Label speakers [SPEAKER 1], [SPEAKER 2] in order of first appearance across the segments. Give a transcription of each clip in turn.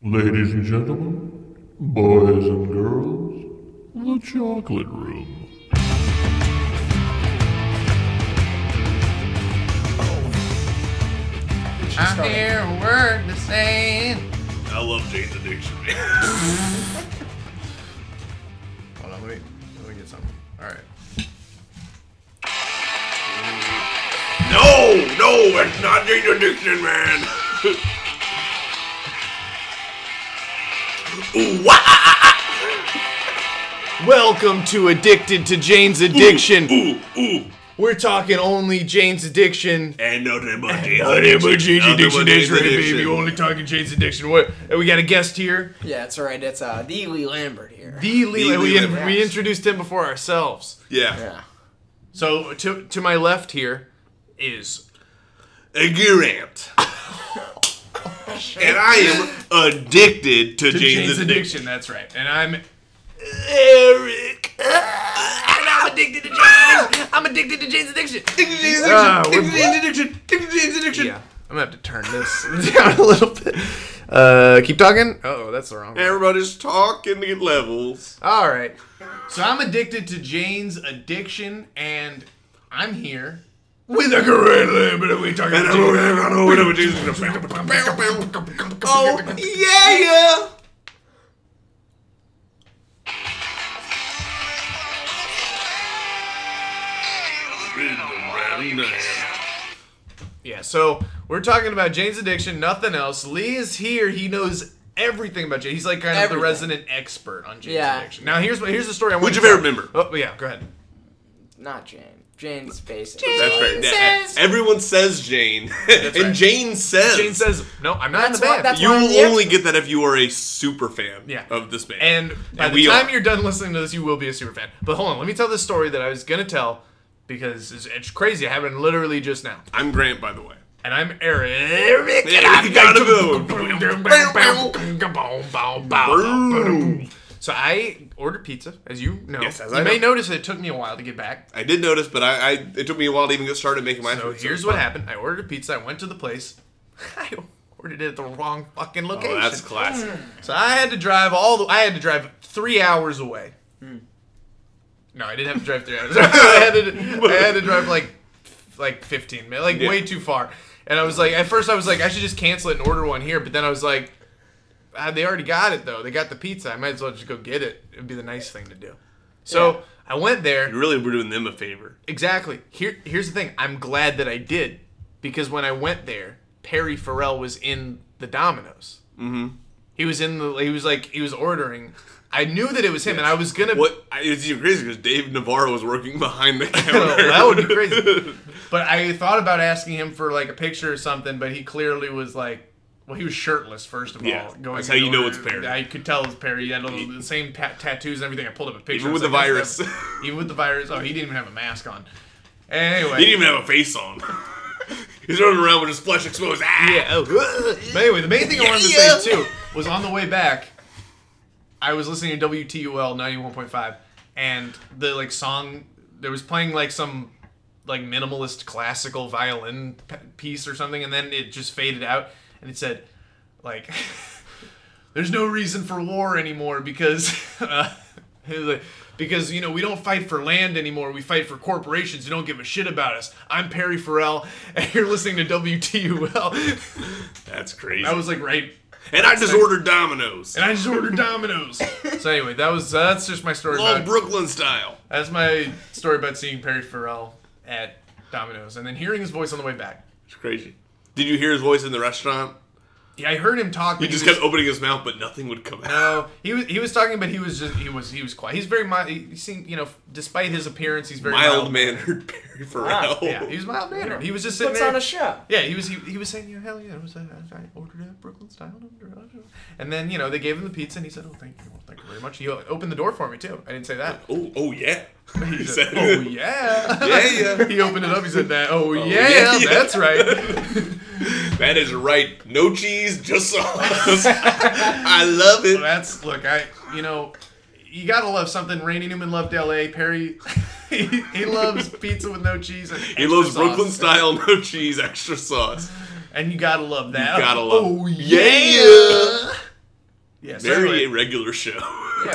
[SPEAKER 1] Ladies and gentlemen, boys and girls, the chocolate room.
[SPEAKER 2] I hear a word to say.
[SPEAKER 3] I love Jane's Addiction.
[SPEAKER 2] Hold on, let me, let me get something. All right.
[SPEAKER 3] no, no, it's not Jane's Addiction, man. Ooh, wah, ah,
[SPEAKER 2] Welcome to Addicted to Jane's
[SPEAKER 3] ah,
[SPEAKER 2] Addiction.
[SPEAKER 3] ooh, ooh,
[SPEAKER 2] We're talking only Jane's Addiction.
[SPEAKER 3] and nothing but Jane's
[SPEAKER 2] Nothing but
[SPEAKER 3] Addiction.
[SPEAKER 2] Jane's
[SPEAKER 3] Nothing but
[SPEAKER 2] Addiction. That's
[SPEAKER 3] Jane's
[SPEAKER 2] right, baby.
[SPEAKER 3] Addiction.
[SPEAKER 2] Only talking Jane's Addiction. What? And we got a guest here.
[SPEAKER 4] Yeah, that's right. It's uh, D. Lee Lambert here.
[SPEAKER 2] D. Lee.
[SPEAKER 3] D.
[SPEAKER 2] We,
[SPEAKER 3] Lee
[SPEAKER 2] in-
[SPEAKER 3] Lambert.
[SPEAKER 2] we introduced him before ourselves.
[SPEAKER 3] Yeah,
[SPEAKER 4] yeah.
[SPEAKER 2] So to to my left here is
[SPEAKER 3] a Gurant. and I am addicted to,
[SPEAKER 2] to
[SPEAKER 3] Jane's,
[SPEAKER 2] Jane's
[SPEAKER 3] Addiction.
[SPEAKER 2] Addiction. That's right. And I'm
[SPEAKER 3] Eric. Ah! And I'm addicted to Jane's Addiction.
[SPEAKER 2] I'm addicted to Jane's Addiction.
[SPEAKER 3] Addicted to Jane's
[SPEAKER 2] Ah,
[SPEAKER 3] Addiction.
[SPEAKER 2] we're-
[SPEAKER 3] Addicted to Jane's Addiction. Addicted to Jane's Addiction.
[SPEAKER 2] Yeah. I'm gonna have to turn this down a little bit. Uh, keep talking. Oh, that's the wrong. one.
[SPEAKER 3] Everybody's talking in levels.
[SPEAKER 2] All right. So I'm addicted to Jane's addiction, and I'm here.
[SPEAKER 3] With a gorilla, but we talking about Oh yeah,
[SPEAKER 2] Yeah. So we're talking about Jane's addiction, nothing else. Lee is here. He knows everything about Jane. He's like kind of
[SPEAKER 4] Everything.
[SPEAKER 2] the resident expert on Jane's
[SPEAKER 4] Yeah.
[SPEAKER 2] addiction. Now here's what here's the story. I want
[SPEAKER 3] Who's
[SPEAKER 2] to
[SPEAKER 3] your favorite member?
[SPEAKER 2] Oh yeah, go ahead.
[SPEAKER 4] Not Jane. Jane's basic.
[SPEAKER 3] That's right. That-
[SPEAKER 4] says-
[SPEAKER 3] Everyone says Jane,
[SPEAKER 2] right.
[SPEAKER 3] and Jane says
[SPEAKER 2] Jane says no. I'm not in the
[SPEAKER 4] That's why-
[SPEAKER 2] band.
[SPEAKER 4] that's
[SPEAKER 3] you
[SPEAKER 4] why I'm
[SPEAKER 3] will
[SPEAKER 4] the
[SPEAKER 3] only get that if you are a super fan
[SPEAKER 2] Yeah.
[SPEAKER 3] of this band.
[SPEAKER 2] And by
[SPEAKER 3] And
[SPEAKER 2] the
[SPEAKER 3] we
[SPEAKER 2] time
[SPEAKER 3] are.
[SPEAKER 2] you're done listening to this, you will be a super fan. But hold on, let me tell this story that I was gonna tell because it's, it's crazy. It happened literally just now.
[SPEAKER 3] I'm Grant, by the way.
[SPEAKER 2] And I'm Eric.
[SPEAKER 3] Eric Boom.
[SPEAKER 2] So I ordered pizza, as you know.
[SPEAKER 3] Yes, as
[SPEAKER 2] you
[SPEAKER 3] I
[SPEAKER 2] may
[SPEAKER 3] know.
[SPEAKER 2] notice it took me a while to get back.
[SPEAKER 3] I did notice, but I, I it took me a while to even get started making my. Oh,
[SPEAKER 2] So
[SPEAKER 3] food,
[SPEAKER 2] here's what happened. I ordered a pizza. I went to the place. I ordered it at the wrong fucking location.
[SPEAKER 3] Oh, that's classic.
[SPEAKER 2] So I had to drive all the. I had to drive three hours away. No, I didn't have to drive three hours. I had to. I had to drive like, like fifteen minutes, like
[SPEAKER 3] Yeah.
[SPEAKER 2] way too far. And I was like, at first I was like, I should just cancel it and order one here. But then I was like, ah, they already got it though. They got the pizza. I might as well just go get it. It'd be the nice thing to do. So
[SPEAKER 4] Yeah.
[SPEAKER 2] I went there.
[SPEAKER 3] You really were doing them a favor.
[SPEAKER 2] Exactly. Here, here's the thing. I'm glad that I did because when I went there, Perry Farrell was in the Domino's. Mm-hmm. He was in the. He was like he was ordering. I knew that it was him, and I was gonna.
[SPEAKER 3] What I, it's even crazy because Dave Navarro was working behind the
[SPEAKER 2] Well,
[SPEAKER 3] counter.
[SPEAKER 2] that would be crazy. But I thought about asking him for like a picture or something, but he clearly was like, well, he was shirtless first of
[SPEAKER 3] Yeah,
[SPEAKER 2] all.
[SPEAKER 3] that's how you know it's Perry.
[SPEAKER 2] I could tell it's Perry. He had all the same pa- tattoos and everything. I pulled up a picture.
[SPEAKER 3] Even
[SPEAKER 2] I was
[SPEAKER 3] with the
[SPEAKER 2] like, that's
[SPEAKER 3] virus.
[SPEAKER 2] def- even with the virus. Oh, he didn't even have a mask on. Anyway,
[SPEAKER 3] he didn't even have a face on. He's running around with his flesh exposed. Ah!
[SPEAKER 2] Yeah. Oh. But anyway, the main thing I wanted to
[SPEAKER 3] Yeah,
[SPEAKER 2] say too was on the way back, I was listening to WTUL ninety one point five, and the like song there was playing like some like minimalist classical violin p- piece or something, and then it just faded out, and it said like. There's no reason for war anymore because uh, it was like, because you know we don't fight for land anymore. We fight for corporations who don't give a shit about us. I'm Perry Farrell, and you're listening to WTUL.
[SPEAKER 3] That's crazy.
[SPEAKER 2] I was like, right,
[SPEAKER 3] and I just ordered Domino's.
[SPEAKER 2] and I just ordered Domino's. so anyway, that was uh, that's just my story.
[SPEAKER 3] All
[SPEAKER 2] About,
[SPEAKER 3] Brooklyn style.
[SPEAKER 2] that's my story about seeing Perry Farrell at Domino's, and then hearing his voice on the way back.
[SPEAKER 3] It's crazy. Did you hear his voice in the restaurant?
[SPEAKER 2] Yeah, I heard him talk.
[SPEAKER 3] He just kept opening his mouth, but nothing would come out.
[SPEAKER 2] No, he was he was talking, but he was just he was he was quiet. He's very mild. He seemed you know, despite his appearance, he's very
[SPEAKER 3] Mild mannered Perry Farrell.
[SPEAKER 4] Wow,
[SPEAKER 2] Ah, Yeah, he was mild mannered. He was just sitting
[SPEAKER 4] Puts
[SPEAKER 2] there.
[SPEAKER 4] on a show.
[SPEAKER 2] yeah, he was he, he was saying, you know, hell yeah, it was, uh, I ordered a Brooklyn style. uh, And then, you know, they gave him the pizza and he said, oh, thank you. Well, thank you very much. He opened the door for me, too. I didn't say that.
[SPEAKER 3] Oh, oh yeah. He
[SPEAKER 2] He said,
[SPEAKER 3] said,
[SPEAKER 2] oh, yeah.
[SPEAKER 3] Yeah, yeah.
[SPEAKER 2] he opened it up. He said that. Oh, yeah,
[SPEAKER 3] yeah, yeah."
[SPEAKER 2] that's right.
[SPEAKER 3] That is right. No cheese, just sauce. I love it.
[SPEAKER 2] That's, look, I, you know, you got to love something. Randy Newman loved L.A. Perry, he, he loves pizza with no cheese. And
[SPEAKER 3] He
[SPEAKER 2] extra
[SPEAKER 3] loves
[SPEAKER 2] sauce.
[SPEAKER 3] Brooklyn style, no cheese, extra sauce.
[SPEAKER 2] And you got to love that.
[SPEAKER 3] You gotta love
[SPEAKER 2] Oh,
[SPEAKER 3] it. Yeah.
[SPEAKER 2] yeah. Yeah, so
[SPEAKER 3] Very
[SPEAKER 2] anyway,
[SPEAKER 3] irregular show.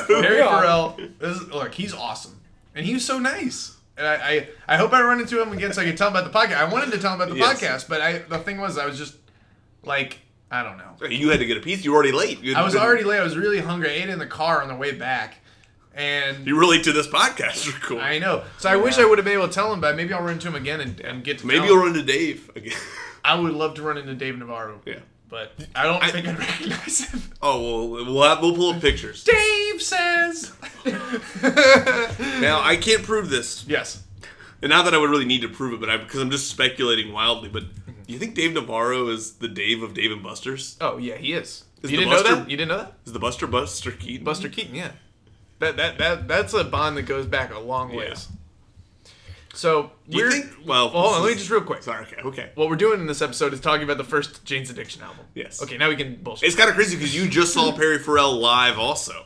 [SPEAKER 2] Harry
[SPEAKER 4] Yeah.
[SPEAKER 2] Farrell. This is, look, he's awesome, and he was so nice. And I, I, I hope I run into him again so I can tell him about the podcast. I wanted to tell him about the
[SPEAKER 3] Yes.
[SPEAKER 2] podcast, but I the thing was I was just like I don't know.
[SPEAKER 3] you had to get a piece. You were already late. You had
[SPEAKER 2] I was
[SPEAKER 3] been-
[SPEAKER 2] already late. I was really hungry. I ate in the car on the way back, and
[SPEAKER 3] You were late to this podcast. You're Cool.
[SPEAKER 2] I know. So I wish I would have been able to tell him, but maybe I'll run into him again and, and get to.
[SPEAKER 3] Maybe
[SPEAKER 2] tell
[SPEAKER 3] you'll
[SPEAKER 2] him.
[SPEAKER 3] run into Dave again.
[SPEAKER 2] I would love to run into Dave Navarro.
[SPEAKER 3] Yeah.
[SPEAKER 2] But I don't
[SPEAKER 3] I-
[SPEAKER 2] think I'd recognize him.
[SPEAKER 3] oh well, we'll have, we'll pull up pictures.
[SPEAKER 2] Dave says.
[SPEAKER 3] Now I can't prove this,
[SPEAKER 2] yes.
[SPEAKER 3] and not that I would really need to prove it, but I because I'm just speculating wildly. But do you think Dave Navarro is the Dave of Dave and Buster's?
[SPEAKER 2] Oh yeah, he is.
[SPEAKER 3] Is
[SPEAKER 2] you
[SPEAKER 3] the
[SPEAKER 2] didn't know
[SPEAKER 3] Buster-
[SPEAKER 2] that? You didn't know that?
[SPEAKER 3] Is the Buster Buster Keaton?
[SPEAKER 2] Buster Keaton, yeah. That that that that's a bond that goes back a long ways. So
[SPEAKER 3] Do you
[SPEAKER 2] we're
[SPEAKER 3] think? Well,
[SPEAKER 2] well, hold on,
[SPEAKER 3] this
[SPEAKER 2] let me
[SPEAKER 3] is-
[SPEAKER 2] just real quick.
[SPEAKER 3] Sorry. Okay. Okay.
[SPEAKER 2] What we're doing in this episode is talking about the first Jane's Addiction album.
[SPEAKER 3] Yes.
[SPEAKER 2] Okay, now we can bullshit.
[SPEAKER 3] It's kind of crazy because you just saw Perry Farrell live, also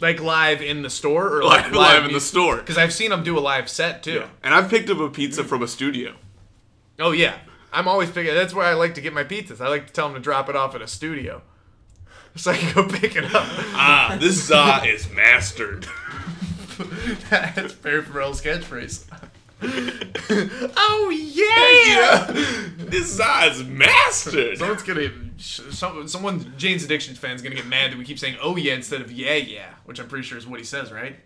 [SPEAKER 2] like live in the store or like
[SPEAKER 3] live, live in the store,
[SPEAKER 2] Because I've seen him do a live set too.
[SPEAKER 3] and I've picked up a pizza from a studio.
[SPEAKER 2] Oh yeah, I'm always picking. That's where I like to get my pizzas. I like to tell him to drop it off at a studio, so I can go pick it up.
[SPEAKER 3] Ah, this za is mastered.
[SPEAKER 2] That's Perry Farrell's catchphrase. oh yeah!
[SPEAKER 3] yeah, this za is mastered.
[SPEAKER 2] Someone's gonna, sh- some, someone, Jane's Addiction fan's gonna get mad that we keep saying "oh yeah" instead of "yeah yeah," which I'm pretty sure is what he says, right?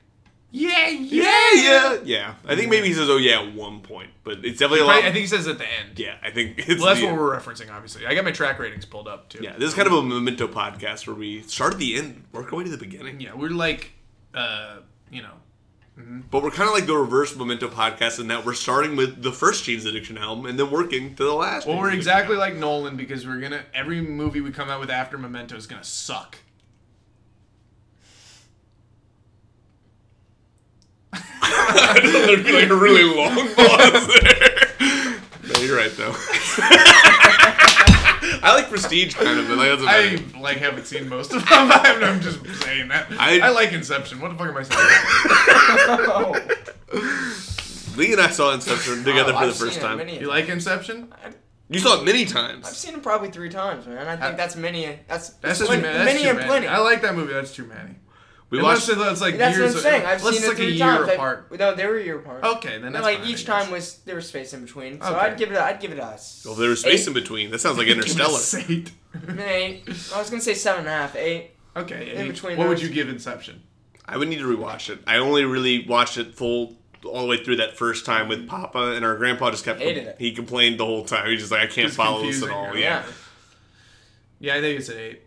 [SPEAKER 2] Yeah yeah
[SPEAKER 3] Yeah, yeah, yeah. I think maybe he says, "Oh yeah," at one point, but it's definitely a lot.
[SPEAKER 2] Right, I think he says at the end.
[SPEAKER 3] yeah, I think it's
[SPEAKER 2] Well, that's
[SPEAKER 3] the-
[SPEAKER 2] what we're referencing, obviously. I got my track ratings pulled up too.
[SPEAKER 3] Yeah, this is kind of a memento podcast where we start at the end, work our way to the beginning.
[SPEAKER 2] yeah, we're like, uh, you know,
[SPEAKER 3] But we're kind of like the reverse memento podcast in that we're starting with the first Jane's Addiction album and then working to the last.
[SPEAKER 2] Well,
[SPEAKER 3] Jane's
[SPEAKER 2] we're
[SPEAKER 3] Addiction
[SPEAKER 2] exactly like Nolan because we're gonna every movie we come out with after Memento is gonna suck.
[SPEAKER 3] There'd be like a really long pause there. No, you're right though. I like Prestige kind of, but like, that's about it.
[SPEAKER 2] I like haven't seen most of them. I'm, I'm just saying that. I,
[SPEAKER 3] I-
[SPEAKER 2] like Inception. What the fuck am I saying?
[SPEAKER 3] Lee and I saw Inception together
[SPEAKER 4] Oh,
[SPEAKER 3] for
[SPEAKER 4] I've
[SPEAKER 3] the first
[SPEAKER 4] seen it
[SPEAKER 3] time.
[SPEAKER 4] many-
[SPEAKER 2] you like Inception?
[SPEAKER 3] You saw it many
[SPEAKER 4] I've
[SPEAKER 3] times.
[SPEAKER 4] seen him probably three times, man. I think that's many. That's that's,
[SPEAKER 2] That's just
[SPEAKER 4] plen-
[SPEAKER 2] ma- that's
[SPEAKER 4] many
[SPEAKER 2] too
[SPEAKER 4] and
[SPEAKER 2] many.
[SPEAKER 4] plenty.
[SPEAKER 2] I like that movie. That's too many.
[SPEAKER 3] We
[SPEAKER 2] Unless
[SPEAKER 3] watched.
[SPEAKER 2] it- it's like
[SPEAKER 4] that's
[SPEAKER 2] years.
[SPEAKER 4] what I'm saying. I've
[SPEAKER 2] unless
[SPEAKER 4] seen
[SPEAKER 2] it's
[SPEAKER 4] it
[SPEAKER 2] like
[SPEAKER 4] three
[SPEAKER 2] a year
[SPEAKER 4] times. I-
[SPEAKER 2] apart.
[SPEAKER 4] no, they were a year apart.
[SPEAKER 2] Okay, then
[SPEAKER 4] And,
[SPEAKER 2] that's
[SPEAKER 4] like
[SPEAKER 2] fine, I
[SPEAKER 4] each time
[SPEAKER 2] guess.
[SPEAKER 4] was there was space in between. So
[SPEAKER 2] Okay.
[SPEAKER 4] I'd give it. I'd give it a. s-
[SPEAKER 3] Well, there was space
[SPEAKER 4] eight.
[SPEAKER 3] in between. That sounds like Interstellar.
[SPEAKER 2] Eight.
[SPEAKER 4] Eight. I was gonna say seven and a half, eight.
[SPEAKER 2] Okay.
[SPEAKER 4] In
[SPEAKER 2] eight.
[SPEAKER 4] between
[SPEAKER 2] what would
[SPEAKER 4] those.
[SPEAKER 2] you give Inception?
[SPEAKER 3] I would need to rewatch it. I only really watched it full all the way through that first time with Papa, and our grandpa just kept
[SPEAKER 4] Hated it.
[SPEAKER 3] he complained the whole time. He's just like, I can't
[SPEAKER 2] It's
[SPEAKER 3] follow
[SPEAKER 2] confusing,
[SPEAKER 3] this at all.
[SPEAKER 2] yeah.
[SPEAKER 3] Yeah.
[SPEAKER 2] Yeah, I think it's an eight.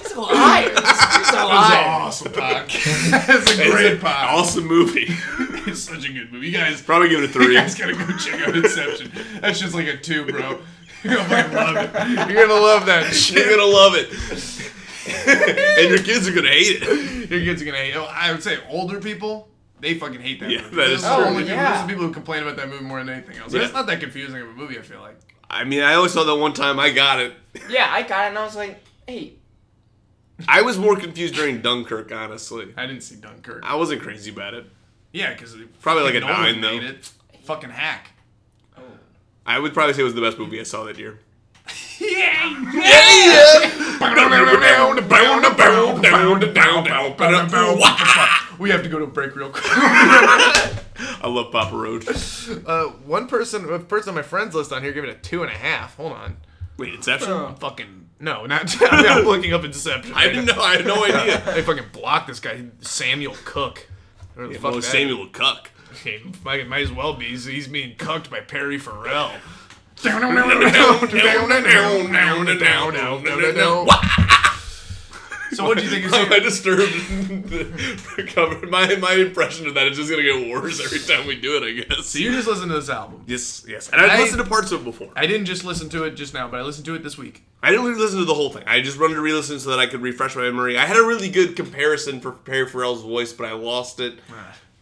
[SPEAKER 4] He's a liar. He's a liar.
[SPEAKER 2] awesome podcast. That's a great
[SPEAKER 3] It's an
[SPEAKER 2] podcast.
[SPEAKER 3] awesome movie.
[SPEAKER 2] It's such a good movie. You guys
[SPEAKER 3] Probably give it a
[SPEAKER 2] You
[SPEAKER 3] three.
[SPEAKER 2] guys gotta go check out Inception. That's just like a two, bro. You're gonna fucking love it. You're gonna love that
[SPEAKER 3] You're
[SPEAKER 2] shit.
[SPEAKER 3] gonna love it, and your kids are gonna hate it.
[SPEAKER 2] Your kids are gonna hate. oh, I would say older people, they fucking hate that
[SPEAKER 3] Yeah,
[SPEAKER 2] movie.
[SPEAKER 3] that
[SPEAKER 2] Those
[SPEAKER 3] is
[SPEAKER 2] are the
[SPEAKER 4] true.
[SPEAKER 2] only
[SPEAKER 4] Oh,
[SPEAKER 2] people,
[SPEAKER 4] yeah.
[SPEAKER 2] those are the people who complain about that movie more than anything else. And
[SPEAKER 3] Yeah.
[SPEAKER 2] It's not that confusing of a movie. I feel like.
[SPEAKER 3] I mean, I always saw that one time. I got it.
[SPEAKER 4] Yeah, I got it, and I was like, hey,
[SPEAKER 3] I was more confused during Dunkirk, honestly.
[SPEAKER 2] I didn't see Dunkirk.
[SPEAKER 3] I wasn't crazy about it.
[SPEAKER 2] Yeah, because
[SPEAKER 3] Probably like a nine, though.
[SPEAKER 2] It. Fucking hack.
[SPEAKER 4] oh,
[SPEAKER 3] I would probably say it was the best movie I saw that year.
[SPEAKER 2] Yeah.
[SPEAKER 3] I
[SPEAKER 2] We have to go to a break real quick.
[SPEAKER 3] love Papa Roach.
[SPEAKER 2] Uh, one person, a person on my friends list on here gave it a two and a half. Hold on.
[SPEAKER 3] Wait, Inception?
[SPEAKER 4] Oh.
[SPEAKER 2] Fucking no, not. I mean, I'm looking up Inception.
[SPEAKER 3] I didn't know. I had no idea.
[SPEAKER 2] They fucking blocked this guy, Samuel Cook. Or the fuck
[SPEAKER 3] well,
[SPEAKER 2] that-
[SPEAKER 3] Samuel Cuck.
[SPEAKER 2] Okay, might, might as well be. He's, he's being cucked by Perry Farrell. so what do you think? Is
[SPEAKER 3] Am I disturbed? the cover? My my impression of that is just gonna get worse every time we do it. I guess.
[SPEAKER 2] you just listen to this album.
[SPEAKER 3] Yes, yes. And I've
[SPEAKER 2] I-
[SPEAKER 3] listened to parts of it before.
[SPEAKER 2] I didn't just listen to it just now, but I listened to it this week.
[SPEAKER 3] I didn't really listen to the whole thing. I just wanted to re-listen so that I could refresh my memory. I had a really good comparison for Perry Farrell's voice, but I lost it.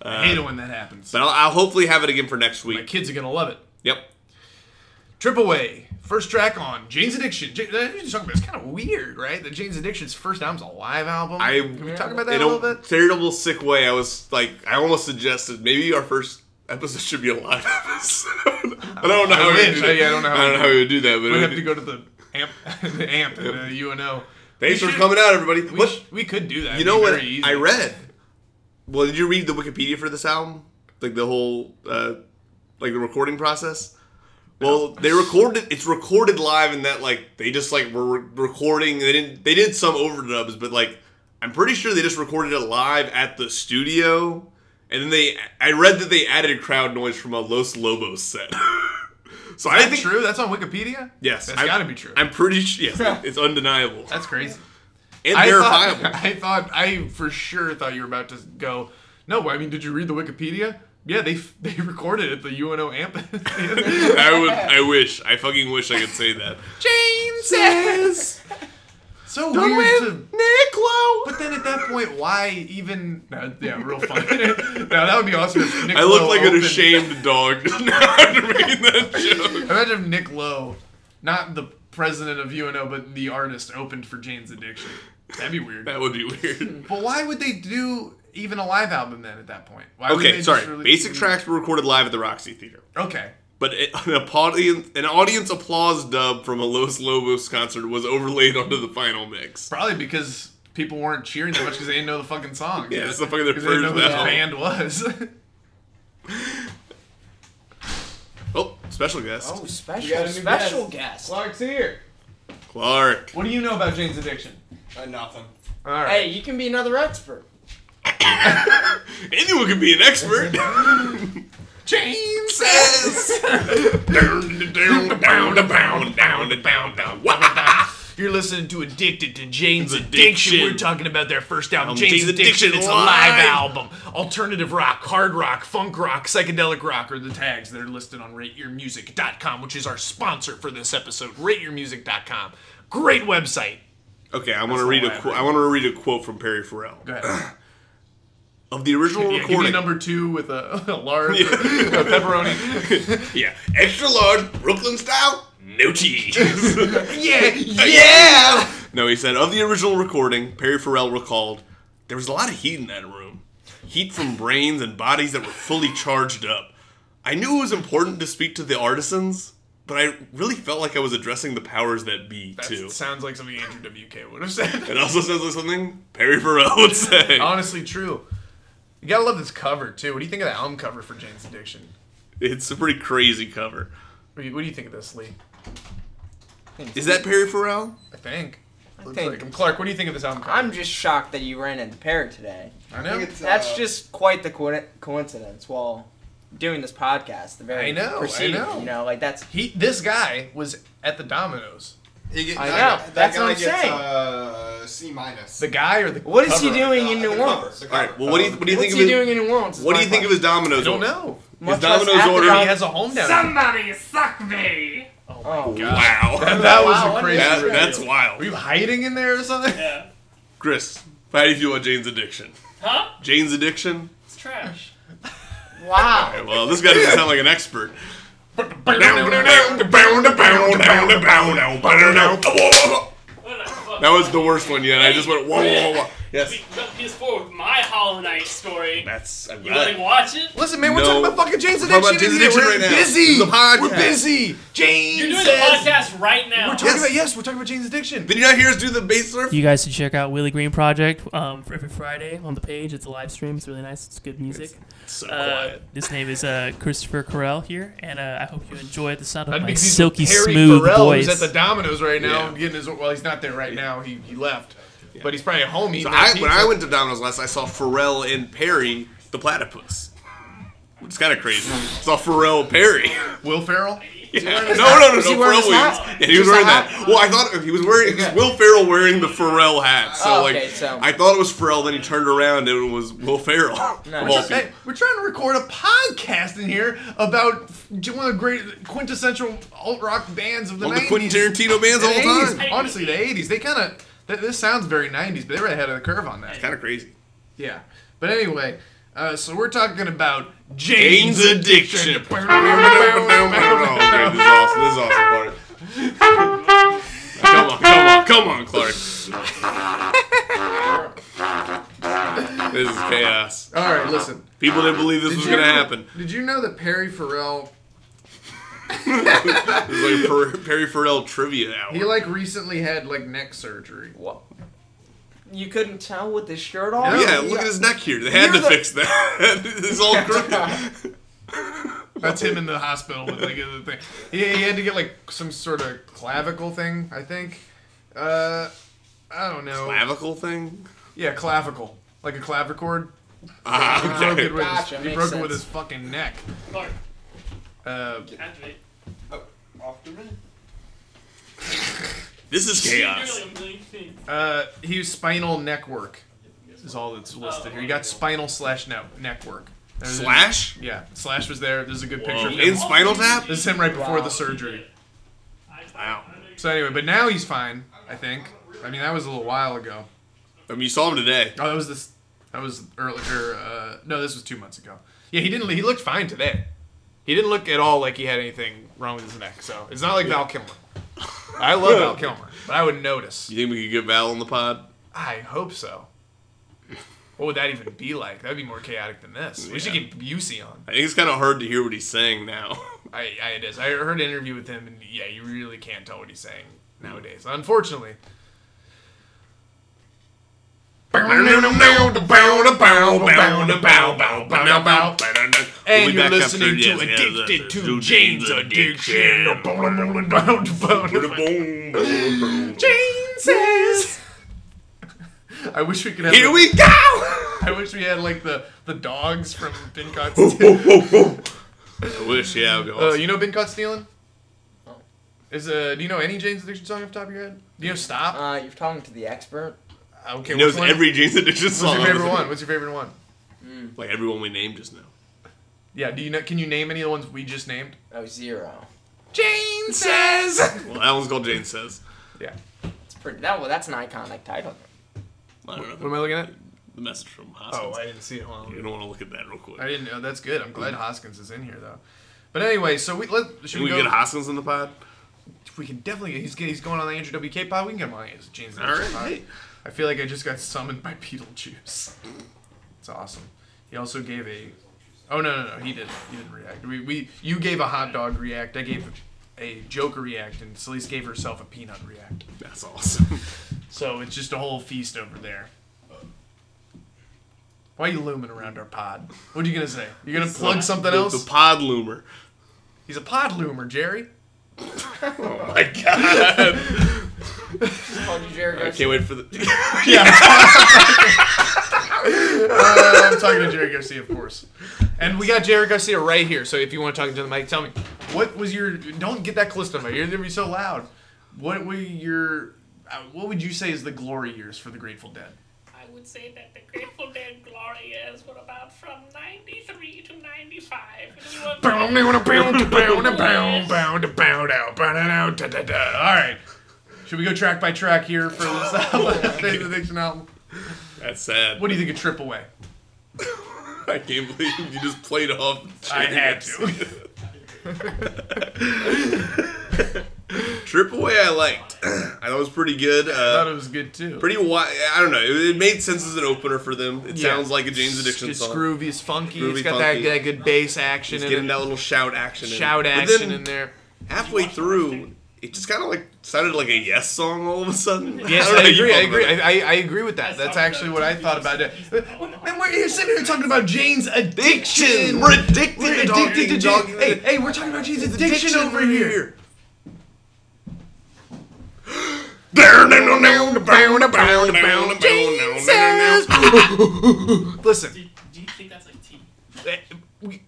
[SPEAKER 2] I hate it when that happens.
[SPEAKER 3] But I'll, I'll hopefully have it again for next
[SPEAKER 2] My
[SPEAKER 3] week.
[SPEAKER 2] kids are gonna love it.
[SPEAKER 3] Yep.
[SPEAKER 2] Trip Away, first track on Jane's Addiction. Jane, uh, you just talking about it's kind of weird, right? That Jane's Addiction's first album's a live album.
[SPEAKER 3] I
[SPEAKER 2] Can we talk about that
[SPEAKER 3] in
[SPEAKER 2] a little bit?
[SPEAKER 3] terrible sick way. I was like, I almost suggested maybe our first episode should be a live episode. I don't know
[SPEAKER 2] I
[SPEAKER 3] how we would
[SPEAKER 2] wish.
[SPEAKER 3] do that.
[SPEAKER 2] I- I don't know how
[SPEAKER 3] I
[SPEAKER 2] we
[SPEAKER 3] don't know how we would do that, but it
[SPEAKER 2] We
[SPEAKER 3] would
[SPEAKER 2] have
[SPEAKER 3] be-
[SPEAKER 2] to go to the amp, the amp, the UNO.
[SPEAKER 3] Thanks
[SPEAKER 2] We
[SPEAKER 3] for
[SPEAKER 2] should-
[SPEAKER 3] coming out, everybody.
[SPEAKER 2] We,
[SPEAKER 3] What?
[SPEAKER 2] sh- we could do that.
[SPEAKER 3] you know what?
[SPEAKER 2] Very easy.
[SPEAKER 3] I read. Well, did you read the Wikipedia for this album? Like the whole, uh, like the recording process. Well, they recorded. It's recorded live in that like they just like were re- recording. They didn't. They did some overdubs, but like I'm pretty sure they just recorded it live at the studio. And then they, I read that they added crowd noise from a Los Lobos set. so I
[SPEAKER 2] Is that
[SPEAKER 3] think
[SPEAKER 2] true? That's on Wikipedia.
[SPEAKER 3] Yes,
[SPEAKER 2] that's
[SPEAKER 3] I'm-
[SPEAKER 2] got to be true.
[SPEAKER 3] I'm pretty sure. Yes, it's undeniable
[SPEAKER 2] that's crazy.
[SPEAKER 3] and
[SPEAKER 2] I
[SPEAKER 3] verifiable.
[SPEAKER 2] Thought, I thought I for sure thought you were about to go. No, I mean, did you read the Wikipedia? Yeah, they f- they recorded at the UNO amp.
[SPEAKER 3] I would. I wish. I fucking wish I could say that.
[SPEAKER 2] Jane says. So weird to. But then at that point, why even? No, yeah, real fun. no, that would be awesome. If Nick
[SPEAKER 3] I look
[SPEAKER 2] Lowe
[SPEAKER 3] like an
[SPEAKER 2] opened-
[SPEAKER 3] ashamed dog just now after making that joke.
[SPEAKER 2] Imagine if Nick Lowe, not the president of UNO, but the artist, opened for Jane's Addiction. That'd be weird.
[SPEAKER 3] That would be weird.
[SPEAKER 2] But why would they do even a live album then at that point? Why would they
[SPEAKER 3] Okay,
[SPEAKER 2] just
[SPEAKER 3] sorry.
[SPEAKER 2] release-
[SPEAKER 3] Basic tracks were recorded live at the Roxy Theater,
[SPEAKER 2] Okay.
[SPEAKER 3] but it, an audience an audience applause dub from a Los Lobos concert was overlaid onto the final mix.
[SPEAKER 2] Probably because people weren't cheering so much because they didn't know the fucking song.
[SPEAKER 3] Yeah, it's the fucking their
[SPEAKER 2] Because they didn't know
[SPEAKER 3] first
[SPEAKER 2] who the
[SPEAKER 3] album.
[SPEAKER 2] band was.
[SPEAKER 3] Oh, special guest
[SPEAKER 4] Oh, special,
[SPEAKER 5] got a new
[SPEAKER 4] special guest.
[SPEAKER 5] Clark's here.
[SPEAKER 3] Clark.
[SPEAKER 2] what do you know about Jane's Addiction?
[SPEAKER 5] Uh, nothing.
[SPEAKER 2] All right.
[SPEAKER 4] Hey, you can be another expert.
[SPEAKER 3] Anyone can be an expert.
[SPEAKER 2] Jane
[SPEAKER 3] says. down, to down, down, to bound, down, to bound, down. Wah-wah-wah.
[SPEAKER 2] You're listening to Addicted to Jane's
[SPEAKER 3] Addiction.
[SPEAKER 2] Addiction. We're talking about their first album,
[SPEAKER 3] Um,
[SPEAKER 2] Jane's,
[SPEAKER 3] Jane's
[SPEAKER 2] Addiction.
[SPEAKER 3] Addiction
[SPEAKER 2] It's a live
[SPEAKER 3] Live.
[SPEAKER 2] album. Alternative rock, hard rock, funk rock, psychedelic rock are the tags that are listed on rateyourmusic.com, which is our sponsor for this episode. Rateyourmusic.com. Great website.
[SPEAKER 3] Okay, I want to
[SPEAKER 2] not
[SPEAKER 3] read
[SPEAKER 2] why
[SPEAKER 3] a
[SPEAKER 2] I
[SPEAKER 3] qu-
[SPEAKER 2] read
[SPEAKER 3] I want to read a quote from Perry Farrell
[SPEAKER 2] Go ahead.
[SPEAKER 3] of the original
[SPEAKER 2] Yeah, give me
[SPEAKER 3] recording.
[SPEAKER 2] number two with a, a large a pepperoni.
[SPEAKER 3] yeah, extra large Brooklyn style, no cheese.
[SPEAKER 2] yeah,
[SPEAKER 3] yeah. No, he said of the original recording, Perry Farrell recalled there was a lot of heat in that room, heat from brains and bodies that were fully charged up. I knew it was important to speak to the artisans, but I really felt like I was addressing the powers that be too.
[SPEAKER 2] That sounds like something Andrew WK would have said.
[SPEAKER 3] It also sounds like something Perry Farrell would say.
[SPEAKER 2] Honestly, true. You gotta love this cover too. What do you think of the album cover for Jane's Addiction?
[SPEAKER 3] It's a pretty crazy cover.
[SPEAKER 2] What do you, what do you think of this, Lee?
[SPEAKER 3] Is that Perry Farrell?
[SPEAKER 2] I think. Looks
[SPEAKER 4] think-
[SPEAKER 2] like him. Clark, what do you think of this album cover?
[SPEAKER 4] I'm just shocked that you ran into Pear today.
[SPEAKER 2] I uh, know.
[SPEAKER 3] Uh,
[SPEAKER 4] That's just quite the coin coincidence while doing this podcast. The very
[SPEAKER 2] I know, I
[SPEAKER 4] proceeding,
[SPEAKER 2] know.
[SPEAKER 4] You know, like that's
[SPEAKER 2] He, this guy was at the Domino's.
[SPEAKER 5] He get,
[SPEAKER 4] I
[SPEAKER 5] that-
[SPEAKER 4] know.
[SPEAKER 5] That
[SPEAKER 4] That's
[SPEAKER 5] guy
[SPEAKER 4] what I'm
[SPEAKER 5] gets,
[SPEAKER 4] saying.
[SPEAKER 5] Uh, C minus.
[SPEAKER 2] The guy or the
[SPEAKER 4] what is he
[SPEAKER 2] cover?
[SPEAKER 4] doing in
[SPEAKER 5] Uh,
[SPEAKER 4] New
[SPEAKER 5] the
[SPEAKER 4] Orleans?
[SPEAKER 5] cover, the
[SPEAKER 3] All
[SPEAKER 5] cover.
[SPEAKER 3] right. Well, what do you what do you
[SPEAKER 4] What's
[SPEAKER 3] think of
[SPEAKER 4] he
[SPEAKER 3] his,
[SPEAKER 4] doing in New Orleans? is
[SPEAKER 3] What do
[SPEAKER 4] my
[SPEAKER 3] you think of his Domino's?
[SPEAKER 2] I don't know.
[SPEAKER 4] Much
[SPEAKER 3] his Domino's
[SPEAKER 4] less at the
[SPEAKER 3] order?
[SPEAKER 2] He
[SPEAKER 4] Dom-
[SPEAKER 2] has a home down.
[SPEAKER 5] Somebody suck me.
[SPEAKER 4] Oh,
[SPEAKER 3] Wow, that,
[SPEAKER 2] That was
[SPEAKER 4] Wow,
[SPEAKER 2] a crazy.
[SPEAKER 4] that-
[SPEAKER 2] reveal.
[SPEAKER 3] that's
[SPEAKER 2] Were
[SPEAKER 3] wild.
[SPEAKER 2] you hiding in there or something?
[SPEAKER 5] Yeah.
[SPEAKER 3] Chris, how do you feel about Jane's addiction?
[SPEAKER 5] Huh?
[SPEAKER 3] Jane's addiction?
[SPEAKER 5] It's trash.
[SPEAKER 4] wow.
[SPEAKER 3] All right, well, this guy doesn't sound like an expert. That
[SPEAKER 5] What the fuck?
[SPEAKER 3] was the worst one yet. I just went whoa, whoa, whoa. Yes,
[SPEAKER 5] We got PS4 with my Hollow Knight story.
[SPEAKER 3] that's. I
[SPEAKER 5] You want to
[SPEAKER 3] bet.
[SPEAKER 5] watch it?
[SPEAKER 2] Listen, man, we're
[SPEAKER 3] No.
[SPEAKER 2] talking about fucking Jane's
[SPEAKER 3] We're talking
[SPEAKER 2] Addiction.
[SPEAKER 3] about Jane's
[SPEAKER 2] in here.
[SPEAKER 3] Addiction
[SPEAKER 2] we're
[SPEAKER 3] right now. This
[SPEAKER 2] busy.
[SPEAKER 3] is a podcast.
[SPEAKER 2] We're busy. Jane
[SPEAKER 5] You're doing the
[SPEAKER 2] says.
[SPEAKER 5] podcast right now.
[SPEAKER 2] We're talking
[SPEAKER 3] Yes.
[SPEAKER 2] about yes. We're talking about Jane's Addiction.
[SPEAKER 3] Did you not hear us do the bass surf?
[SPEAKER 6] You guys should check out Willie Green Project um, for every Friday on the page. It's a live stream. It's really nice. It's good music.
[SPEAKER 3] So
[SPEAKER 6] Uh,
[SPEAKER 3] quiet.
[SPEAKER 6] this name is uh, Christopher Carell here, and uh, I hope you enjoyed the sound of
[SPEAKER 2] That'd
[SPEAKER 6] my
[SPEAKER 2] be he's
[SPEAKER 6] silky
[SPEAKER 2] Harry
[SPEAKER 6] smooth
[SPEAKER 2] Farrell,
[SPEAKER 6] voice.
[SPEAKER 2] who's at the Domino's right now,
[SPEAKER 3] Yeah.
[SPEAKER 2] getting his. Well, he's not there right now. He, he left, but he's probably at home
[SPEAKER 3] So
[SPEAKER 2] eating. that
[SPEAKER 3] I, when
[SPEAKER 2] pizza.
[SPEAKER 3] I went to Domino's last, I saw Pharrell and Perry the platypus. It's kind of crazy. saw Pharrell Perry.
[SPEAKER 2] Will Ferrell.
[SPEAKER 3] No, no, no,
[SPEAKER 4] he
[SPEAKER 3] no.
[SPEAKER 4] wearing
[SPEAKER 3] Pharrell
[SPEAKER 4] his
[SPEAKER 3] Williams.
[SPEAKER 4] hat?
[SPEAKER 3] Yeah, he
[SPEAKER 4] Just
[SPEAKER 3] was
[SPEAKER 4] a
[SPEAKER 3] wearing
[SPEAKER 4] hat?
[SPEAKER 3] that. Well, I thought he was wearing it was Will Ferrell wearing the Pharrell hat. So
[SPEAKER 4] Oh,
[SPEAKER 3] like,
[SPEAKER 4] okay, so-
[SPEAKER 3] I thought it was Pharrell. Then he turned around and it was Will Ferrell. Of all people.
[SPEAKER 2] Hey, we're trying to record a podcast in here about f- one of the great quintessential alt rock bands of the
[SPEAKER 3] One of the
[SPEAKER 2] 90s.
[SPEAKER 3] Quentin Tarantino bands
[SPEAKER 2] The
[SPEAKER 3] of all
[SPEAKER 2] 80s.
[SPEAKER 3] time.
[SPEAKER 2] Honestly, the 80s. They kind of. Th- this sounds very 90s, but they were ahead of the curve on that.
[SPEAKER 3] Kind of crazy.
[SPEAKER 2] Yeah. But anyway, uh, so we're talking about Jane's,
[SPEAKER 3] Jane's addiction. this is awesome. Oh, This is awesome, Clark. Come on, come on, come on, Clark. this is chaos.
[SPEAKER 2] All right, listen.
[SPEAKER 3] People didn't believe this was
[SPEAKER 2] you
[SPEAKER 3] gonna
[SPEAKER 2] know-
[SPEAKER 3] happen.
[SPEAKER 2] Did you know that Perry Farrell
[SPEAKER 3] It was like per- Perry Farrell trivia hour.
[SPEAKER 2] He like recently had like neck surgery.
[SPEAKER 4] What? You couldn't tell with his shirt
[SPEAKER 2] Oh,
[SPEAKER 4] on?
[SPEAKER 3] yeah, look at his neck here. They had
[SPEAKER 4] You're
[SPEAKER 3] to
[SPEAKER 4] the-
[SPEAKER 3] fix that. it's all crooked.
[SPEAKER 2] That's him in the hospital with like the thing. He, he had to get like some sort of clavicle thing, I think. Uh, I don't know.
[SPEAKER 3] Clavicle thing.
[SPEAKER 2] yeah, clavicle, like a clavichord. He
[SPEAKER 3] Ah,
[SPEAKER 2] broke
[SPEAKER 3] okay.
[SPEAKER 2] it with,
[SPEAKER 4] Gotcha,
[SPEAKER 2] his, he
[SPEAKER 4] makes
[SPEAKER 2] broke it with
[SPEAKER 4] sense.
[SPEAKER 2] his fucking neck.
[SPEAKER 5] Clark,
[SPEAKER 2] Uh,
[SPEAKER 5] activate.
[SPEAKER 3] This is chaos.
[SPEAKER 5] You're really amazing.
[SPEAKER 2] uh, he was spinal neck work. Is all that's listed here. You got spinal slash no neck work. There's a-
[SPEAKER 3] Slash
[SPEAKER 2] yeah, slash was there. There's a good picture
[SPEAKER 3] Whoa.
[SPEAKER 2] of
[SPEAKER 3] in
[SPEAKER 2] him.
[SPEAKER 3] Spinal Tap.
[SPEAKER 2] This is him right before
[SPEAKER 4] Wow.
[SPEAKER 2] the surgery.
[SPEAKER 3] Wow.
[SPEAKER 2] So anyway, but now he's fine. I think. I mean, that was a little while ago.
[SPEAKER 3] I mean, you saw him today.
[SPEAKER 2] Oh, that was this. That was earlier. Uh, no, this was two months ago. Yeah, he didn't. He looked fine today. He didn't look at all like he had anything wrong with his neck. So it's not like Val Kilmer. I love Val Kilmer, but I would notice.
[SPEAKER 3] You think we could get Val on the pod?
[SPEAKER 2] I hope so. What would that even be like? That'd be more chaotic than this. We should
[SPEAKER 3] Yeah.
[SPEAKER 2] get Busey on.
[SPEAKER 3] I think it's kind of hard to hear what he's saying now.
[SPEAKER 2] I, I it is. I heard an interview with him, and yeah, you really can't tell what he's saying nowadays. Unfortunately.
[SPEAKER 3] We'll
[SPEAKER 2] And
[SPEAKER 3] be
[SPEAKER 2] you're
[SPEAKER 3] back after-
[SPEAKER 2] listening to
[SPEAKER 3] yes, yes, yes,
[SPEAKER 2] Addicted
[SPEAKER 3] yes,
[SPEAKER 2] to Jane's Addiction. Says. I wish we could have.
[SPEAKER 3] Here
[SPEAKER 2] the-
[SPEAKER 3] we go.
[SPEAKER 2] I wish we had like the the dogs from Bin Caught Stealing.
[SPEAKER 3] I wish, yeah. I'll go
[SPEAKER 2] uh, you know Bin Caught Stealing? Oh. Is uh, do you know any Jane's Addiction song off the top of your head? Do you know Stop?
[SPEAKER 4] Uh, you're talking to the expert.
[SPEAKER 2] okay,
[SPEAKER 3] He knows
[SPEAKER 2] which one-
[SPEAKER 3] every Jane's Addiction
[SPEAKER 2] What's
[SPEAKER 3] song.
[SPEAKER 2] your favorite one? What's your favorite one?
[SPEAKER 3] Like everyone we named just now.
[SPEAKER 2] Yeah, do you know? Can you name any of the ones we just named?
[SPEAKER 4] Oh, zero.
[SPEAKER 2] Jane says.
[SPEAKER 3] Well, that one's called Jane Says.
[SPEAKER 2] yeah.
[SPEAKER 4] It's pretty. That, well, that's an iconic title.
[SPEAKER 3] I don't
[SPEAKER 2] What
[SPEAKER 3] know.
[SPEAKER 2] am I looking at?
[SPEAKER 3] The message from Hoskins.
[SPEAKER 2] Oh, I didn't see it. Hold on.
[SPEAKER 3] you don't want to look at that real
[SPEAKER 2] I
[SPEAKER 3] quick.
[SPEAKER 2] didn't know. That's good. I'm glad Hoskins is in here though. But anyway, so we let should
[SPEAKER 3] Can
[SPEAKER 2] we,
[SPEAKER 3] we
[SPEAKER 2] go?
[SPEAKER 3] get Hoskins in the pod?
[SPEAKER 2] we can definitely. He's he's going on the Andrew WK pod. We can get him on his Jane's
[SPEAKER 3] All
[SPEAKER 2] Addiction pod.
[SPEAKER 3] right.
[SPEAKER 2] I feel like I just got summoned by Beetlejuice. It's awesome. He also gave a. Oh no no no! He didn't. He didn't react. We, we you gave a hot dog react. I gave a Joker react, and Celise gave herself a peanut react.
[SPEAKER 3] That's awesome.
[SPEAKER 2] So it's just a whole feast over there. Why are you looming around our pod? What are you gonna say? You gonna plug something
[SPEAKER 3] The-
[SPEAKER 2] else?
[SPEAKER 3] The pod loomer.
[SPEAKER 2] He's a pod loomer, Jerry.
[SPEAKER 3] Oh my god.
[SPEAKER 4] Called you Jared
[SPEAKER 3] I
[SPEAKER 4] Garcia.
[SPEAKER 3] can't wait for the.
[SPEAKER 2] Uh, I'm talking to Jerry Garcia, of course. And we got Jerry Garcia right here. So if you want to talk into the mic, tell me what was your? Don't get that close to the mic. You're gonna be so loud. What were your? uh, What would you say is the glory years for the Grateful Dead?
[SPEAKER 5] I would say that the Grateful Dead glory years were about from 93 to 95. And you were
[SPEAKER 2] All right. Should we go track by track here for this Jane's Addiction album?
[SPEAKER 3] That's sad.
[SPEAKER 2] What do you think of Trip Away?
[SPEAKER 3] I can't believe you just played off.
[SPEAKER 2] I had to.
[SPEAKER 3] Trip away. I liked. I thought it was pretty good.
[SPEAKER 2] I thought
[SPEAKER 3] Uh,
[SPEAKER 2] it was good too.
[SPEAKER 3] pretty wide. I don't know. It, it made sense as an opener for them. It
[SPEAKER 2] Yeah.
[SPEAKER 3] sounds like a Jane's Addiction
[SPEAKER 2] it's
[SPEAKER 3] song.
[SPEAKER 2] groovy, it's funky,
[SPEAKER 3] Groovy,
[SPEAKER 2] it's got
[SPEAKER 3] funky.
[SPEAKER 2] That, that good bass action
[SPEAKER 3] Just
[SPEAKER 2] in
[SPEAKER 3] getting
[SPEAKER 2] it,
[SPEAKER 3] that little shout action. in it.
[SPEAKER 2] shout
[SPEAKER 3] But
[SPEAKER 2] action
[SPEAKER 3] then
[SPEAKER 2] in there.
[SPEAKER 3] Halfway through, it just kind of like sounded like a yes song all of a sudden.
[SPEAKER 2] Yes,
[SPEAKER 3] don't
[SPEAKER 2] I,
[SPEAKER 3] know how you
[SPEAKER 2] agree. I
[SPEAKER 3] felt about
[SPEAKER 2] agree.
[SPEAKER 3] it.
[SPEAKER 2] I, I, I agree with that. That's
[SPEAKER 5] not
[SPEAKER 2] actually what I thought about it. Man, we're here sitting here talking about Jane's
[SPEAKER 3] Addiction.
[SPEAKER 2] addiction.
[SPEAKER 3] We're addicted.
[SPEAKER 2] We're
[SPEAKER 3] to
[SPEAKER 2] addicted to
[SPEAKER 3] dog-
[SPEAKER 2] Jane. Hey, hey, we're talking about Jane's addiction over here. Listen,
[SPEAKER 5] Do, do you think that's like tea?
[SPEAKER 2] eh, we-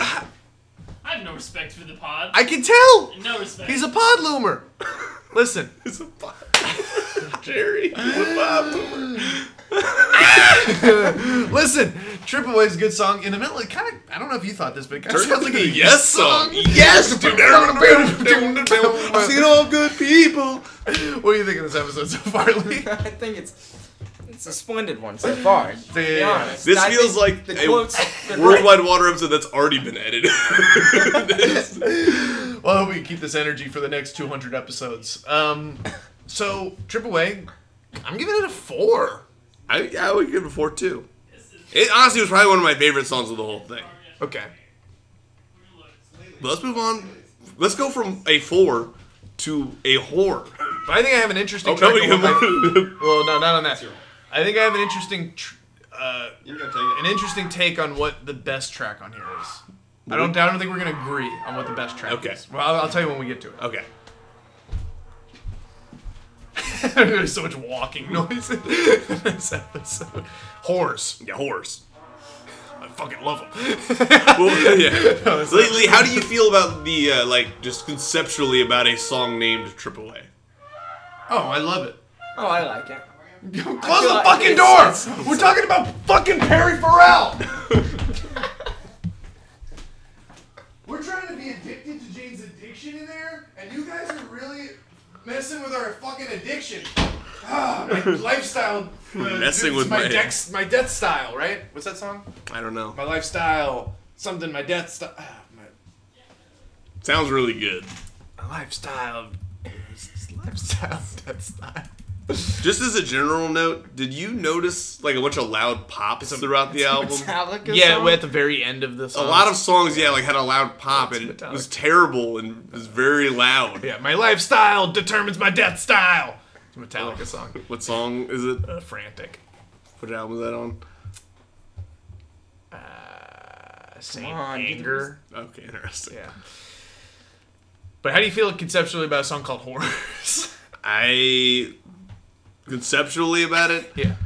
[SPEAKER 5] I have no respect for the pod.
[SPEAKER 2] I can tell
[SPEAKER 5] no respect.
[SPEAKER 2] he's a pod loomer. Listen,
[SPEAKER 3] It's a pod. Jerry. It's
[SPEAKER 2] listen. Trip Away is a good song. In the middle, it kind of. I don't know if you thought this, but it kind of
[SPEAKER 3] Turns
[SPEAKER 2] sounds
[SPEAKER 3] like
[SPEAKER 2] like
[SPEAKER 3] a yes song. Yes, dude. I've seen all good people.
[SPEAKER 2] What do you think of this episode so far, Lee?
[SPEAKER 4] I think it's it's a splendid one so far. To
[SPEAKER 2] Yeah, yeah,
[SPEAKER 4] be
[SPEAKER 2] yeah.
[SPEAKER 4] honest,
[SPEAKER 3] This
[SPEAKER 4] I
[SPEAKER 3] feels
[SPEAKER 4] think
[SPEAKER 3] like
[SPEAKER 4] the
[SPEAKER 3] a
[SPEAKER 4] quotes.
[SPEAKER 3] Worldwide Water episode that's already been edited.
[SPEAKER 2] Well, I hope we keep this energy for the next 200 episodes. Um, so Trip Away, I'm giving it a four.
[SPEAKER 3] I, I would give it a 4 2. It honestly was probably one of my favorite songs of the whole thing.
[SPEAKER 2] Okay.
[SPEAKER 3] But let's move on. Let's go from a four to a whore.
[SPEAKER 2] But I think I have an interesting.
[SPEAKER 3] Oh,
[SPEAKER 2] track
[SPEAKER 3] nobody-
[SPEAKER 2] to work with. well, no, not on that. I think I have an interesting, tr- uh,
[SPEAKER 7] You're gonna take
[SPEAKER 2] an interesting take on what the best track on here is. I don't, I don't think we're gonna agree on what the best track
[SPEAKER 3] Okay.
[SPEAKER 2] is. Well, I'll, I'll tell you when we get to it.
[SPEAKER 3] Okay.
[SPEAKER 2] There's so much walking noise in this episode. Horse.
[SPEAKER 3] Yeah, whores.
[SPEAKER 2] I fucking love them.
[SPEAKER 3] Well, yeah. Lately, how do you feel about the uh, like just conceptually about a song named AAA?
[SPEAKER 2] Oh, I love it.
[SPEAKER 4] Oh, I like it.
[SPEAKER 2] Close the
[SPEAKER 4] like
[SPEAKER 2] fucking
[SPEAKER 4] it's-
[SPEAKER 2] door.
[SPEAKER 4] it's-
[SPEAKER 2] We're talking about fucking Perry Farrell.
[SPEAKER 8] We're trying to be addicted to Jane's addiction in there, and you guys are really messing with our fucking addiction. Ah, my lifestyle. uh,
[SPEAKER 3] Messing
[SPEAKER 8] it's
[SPEAKER 3] with
[SPEAKER 8] my
[SPEAKER 3] my-
[SPEAKER 8] dex, my death style, right? What's that song?
[SPEAKER 3] I don't know.
[SPEAKER 8] My lifestyle, something. My death style. Ah, my
[SPEAKER 3] Sounds really good.
[SPEAKER 2] My lifestyle. is- Lifestyle. Death style.
[SPEAKER 3] Just as a general note, did you notice like a bunch of loud pops throughout the album?
[SPEAKER 4] Metallica
[SPEAKER 2] Yeah,
[SPEAKER 4] song?
[SPEAKER 2] we're at the very end of this.
[SPEAKER 3] A lot of songs, yeah, like had a loud pop, and it was terrible and it was very loud.
[SPEAKER 2] Yeah, my lifestyle determines my death style. It's a Metallica song.
[SPEAKER 3] What song is it?
[SPEAKER 2] Uh, frantic.
[SPEAKER 3] What album is that on?
[SPEAKER 2] Uh, Saint
[SPEAKER 4] Come on, dude,
[SPEAKER 2] anger.
[SPEAKER 3] Okay, interesting.
[SPEAKER 2] Yeah. But how do you feel conceptually about a song called Horrors?
[SPEAKER 3] I conceptually about it,
[SPEAKER 2] yeah.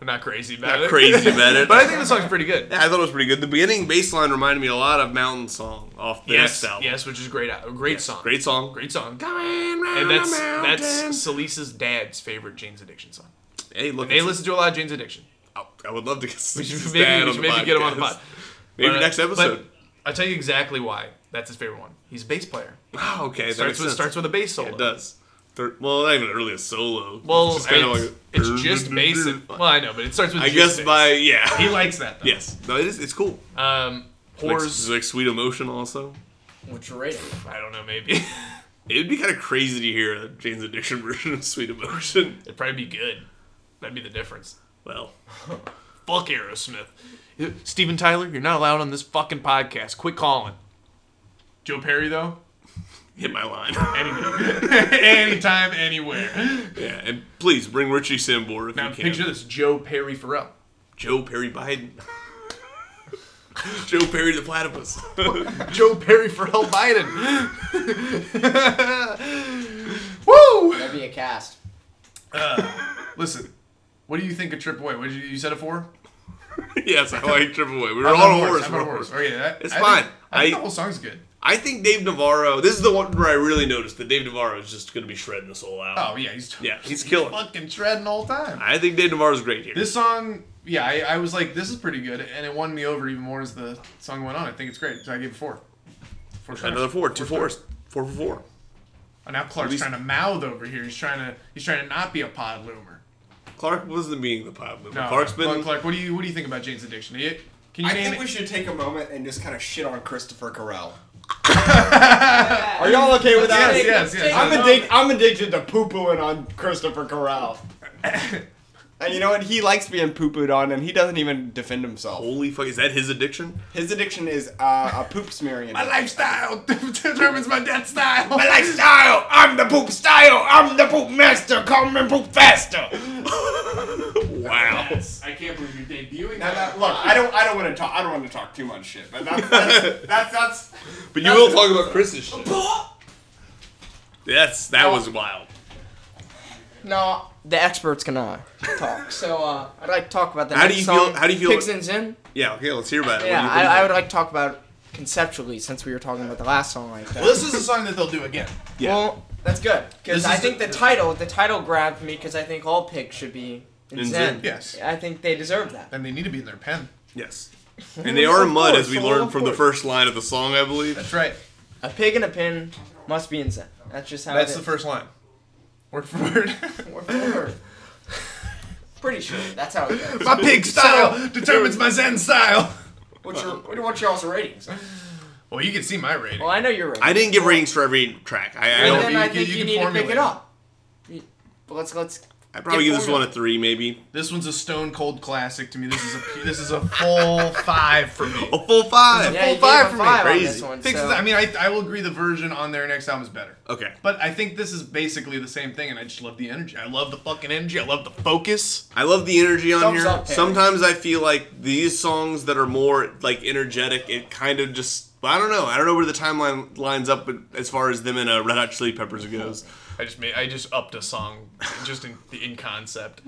[SPEAKER 2] I'm not crazy about
[SPEAKER 3] not
[SPEAKER 2] it.
[SPEAKER 3] crazy about it.
[SPEAKER 2] But I think the song's pretty good.
[SPEAKER 3] Yeah, I thought it was pretty good. The beginning bass line reminded me a lot of Mountain Song off the
[SPEAKER 2] Yes,
[SPEAKER 3] next album.
[SPEAKER 2] yes, which is great. A great song.
[SPEAKER 3] Great song.
[SPEAKER 2] Great song.
[SPEAKER 3] Coming round
[SPEAKER 2] And that's
[SPEAKER 3] the mountain.
[SPEAKER 2] that's Salisa's dad's favorite Jane's Addiction song.
[SPEAKER 3] hey, look,
[SPEAKER 2] They
[SPEAKER 3] it's-
[SPEAKER 2] listen to a lot of Jane's Addiction.
[SPEAKER 3] I I would love to get some
[SPEAKER 2] We should
[SPEAKER 3] dad
[SPEAKER 2] maybe,
[SPEAKER 3] on
[SPEAKER 2] we should
[SPEAKER 3] the
[SPEAKER 2] maybe get him on the
[SPEAKER 3] podcast.
[SPEAKER 2] pod.
[SPEAKER 3] Maybe
[SPEAKER 2] But-
[SPEAKER 3] next episode.
[SPEAKER 2] but I'll tell you exactly why. That's his favorite one. He's a bass player.
[SPEAKER 3] wow, okay, that
[SPEAKER 2] starts
[SPEAKER 3] makes
[SPEAKER 2] with
[SPEAKER 3] sense.
[SPEAKER 2] starts with a bass solo.
[SPEAKER 3] It does. Thir- well, not even really a solo.
[SPEAKER 2] Well, it's,
[SPEAKER 3] just kinda
[SPEAKER 2] it's,
[SPEAKER 3] like- uh,
[SPEAKER 2] just basic. Well, I know, but it starts with.
[SPEAKER 3] I
[SPEAKER 2] just
[SPEAKER 3] guess
[SPEAKER 2] bass.
[SPEAKER 3] by yeah.
[SPEAKER 2] he likes that. Though.
[SPEAKER 3] yes. No, it is. It's cool.
[SPEAKER 2] Um,
[SPEAKER 3] Like,
[SPEAKER 2] whores.
[SPEAKER 3] like sweet emotion also.
[SPEAKER 4] Which rating?
[SPEAKER 2] I don't know. Maybe
[SPEAKER 3] It'd be kind of crazy to hear a Jane's Addiction version of Sweet Emotion.
[SPEAKER 2] it'd probably be good. That'd be the difference.
[SPEAKER 3] Well,
[SPEAKER 2] Fuck Aerosmith. Steven Tyler, you're not allowed on this fucking podcast. Quit calling. Joe Perry though,
[SPEAKER 3] hit my line.
[SPEAKER 2] anytime, anywhere.
[SPEAKER 3] yeah, and please bring Richie Sambor if
[SPEAKER 2] Now
[SPEAKER 3] you can.
[SPEAKER 2] picture this: Joe Perry Farrell.
[SPEAKER 3] Joe Perry Biden. Joe Perry the platypus.
[SPEAKER 2] Joe Perry Farrell Biden. Woo!
[SPEAKER 4] That'd be a cast.
[SPEAKER 2] Listen, what do you think of Triple A? What did you, you said a four?
[SPEAKER 3] yes, I like Triple A. We were
[SPEAKER 2] I'm
[SPEAKER 3] all
[SPEAKER 2] on
[SPEAKER 3] horse.
[SPEAKER 2] I'm
[SPEAKER 3] we're
[SPEAKER 2] on
[SPEAKER 3] on
[SPEAKER 2] horse.
[SPEAKER 3] horse.
[SPEAKER 2] Okay, that,
[SPEAKER 3] It's
[SPEAKER 2] I
[SPEAKER 3] fine.
[SPEAKER 2] Think, I think
[SPEAKER 3] I-
[SPEAKER 2] the whole song's good.
[SPEAKER 3] I think Dave Navarro. This is the one where I really noticed that Dave Navarro is just going to be shredding this whole album.
[SPEAKER 2] Oh yeah, he's
[SPEAKER 3] Yeah, he's killing.
[SPEAKER 2] fucking shredding all the time.
[SPEAKER 3] I think Dave Navarro's great here.
[SPEAKER 2] This song, yeah, I, I was like, this is pretty good, and it won me over even more as the song went on. I think it's great, so I gave it four. Four stars.
[SPEAKER 3] Another four, two
[SPEAKER 2] Four
[SPEAKER 3] fours,
[SPEAKER 2] stars.
[SPEAKER 3] four for four.
[SPEAKER 2] Oh, now Clark's
[SPEAKER 3] least-
[SPEAKER 2] trying to mouth over here. He's trying to he's trying to not be a pod loomer.
[SPEAKER 3] Clark wasn't being the pop mover.
[SPEAKER 2] No,
[SPEAKER 3] Clark's been.
[SPEAKER 2] Clark, Clark, What do you what do you think about Jane's Addiction? Are you- can you
[SPEAKER 7] I
[SPEAKER 2] name
[SPEAKER 7] think
[SPEAKER 2] it?
[SPEAKER 7] we should take a moment and just kind of shit on Christopher Carell. Are y'all okay with that?
[SPEAKER 2] yes, yes, yes.
[SPEAKER 7] I'm addicted. I'm addicted to poo pooing on Christopher Carell. and you know what? He likes being poo pooed on, and he doesn't even defend himself.
[SPEAKER 3] Holy fuck! Is that his addiction?
[SPEAKER 7] His addiction is uh, a poop smearing.
[SPEAKER 2] My lifestyle determines my death style. My
[SPEAKER 7] lifestyle. I'm the poop style. I'm the poop master. Come and poop faster.
[SPEAKER 3] Wow.
[SPEAKER 2] I can't believe you're debuting
[SPEAKER 7] Now that, look, I don't. I don't want to talk. I don't want to talk too much shit. But that's that's that's. that's
[SPEAKER 3] But you will talk about Chris's shit. That's that
[SPEAKER 4] Oh.
[SPEAKER 3] was wild.
[SPEAKER 4] No, the expert's gonna talk. So uh, I'd like to talk about the
[SPEAKER 3] How do
[SPEAKER 4] next
[SPEAKER 3] you
[SPEAKER 4] song.
[SPEAKER 3] feel- how do you feel-
[SPEAKER 4] Pigs and Zin.
[SPEAKER 3] Yeah. Okay. Let's hear about it.
[SPEAKER 4] Yeah,
[SPEAKER 3] What do you- what do you
[SPEAKER 4] I, I
[SPEAKER 3] think?
[SPEAKER 4] would like to talk about conceptually since we were talking about the last song like that.
[SPEAKER 2] this is a song that they'll do again.
[SPEAKER 3] Yeah.
[SPEAKER 4] Well, that's good because
[SPEAKER 2] This
[SPEAKER 4] I
[SPEAKER 2] is
[SPEAKER 4] think
[SPEAKER 2] the-
[SPEAKER 4] the, title the title grabbed me because I think all pigs should be in,
[SPEAKER 3] In
[SPEAKER 4] Zen.
[SPEAKER 3] Zen.
[SPEAKER 2] Yes.
[SPEAKER 4] I think they deserve that.
[SPEAKER 2] And they need to be in their pen.
[SPEAKER 3] Yes. And they are mud, as we
[SPEAKER 7] course,
[SPEAKER 3] learned
[SPEAKER 7] of
[SPEAKER 3] from the
[SPEAKER 7] course.
[SPEAKER 3] first line of the song, I believe.
[SPEAKER 2] That's right.
[SPEAKER 4] A pig in a pin must be in Zen. That's just how.
[SPEAKER 2] That's
[SPEAKER 4] it
[SPEAKER 2] the
[SPEAKER 4] is.
[SPEAKER 2] first line. Word for word.
[SPEAKER 4] We're- we're- Pretty sure that's how it goes.
[SPEAKER 2] my pig style determines my Zen style.
[SPEAKER 4] What's your what do you want y'all's ratings?
[SPEAKER 2] Well, you can see my rating.
[SPEAKER 4] Well, I know your ratings.
[SPEAKER 3] I didn't give ratings for every track. I, I
[SPEAKER 4] And
[SPEAKER 2] No,
[SPEAKER 3] don't.
[SPEAKER 4] then
[SPEAKER 2] you
[SPEAKER 4] I
[SPEAKER 2] can-
[SPEAKER 4] think
[SPEAKER 2] you
[SPEAKER 4] you,
[SPEAKER 2] can
[SPEAKER 4] need to pick
[SPEAKER 2] formulate
[SPEAKER 4] it
[SPEAKER 2] it.
[SPEAKER 4] up. You- But let's let's
[SPEAKER 3] I'd probably
[SPEAKER 2] Get
[SPEAKER 3] give this
[SPEAKER 2] bored
[SPEAKER 3] one a three, maybe
[SPEAKER 2] This one's a stone cold classic to me. This is a this is a full five for me.
[SPEAKER 3] a full five.
[SPEAKER 4] Yeah, you
[SPEAKER 2] full
[SPEAKER 4] gave
[SPEAKER 2] five
[SPEAKER 4] a
[SPEAKER 2] for me.
[SPEAKER 4] five on
[SPEAKER 3] Crazy.
[SPEAKER 4] this one.
[SPEAKER 2] Fixes.
[SPEAKER 4] so-
[SPEAKER 2] Oh. I mean, I, I will agree the version on their next album is better.
[SPEAKER 3] Okay,
[SPEAKER 2] But I think this is basically the same thing, and I just love the energy. I love the fucking energy. I love the focus.
[SPEAKER 3] I love the energy on
[SPEAKER 4] Thumbs
[SPEAKER 3] here.
[SPEAKER 4] up, Harry.
[SPEAKER 3] Sometimes I feel like these songs that are more like energetic, it kind of just I don't know. I don't know where the timeline lines up, but as far as them and uh, Red Hot Chili Peppers goes,
[SPEAKER 2] I just made. I just upped a song, just in in concept.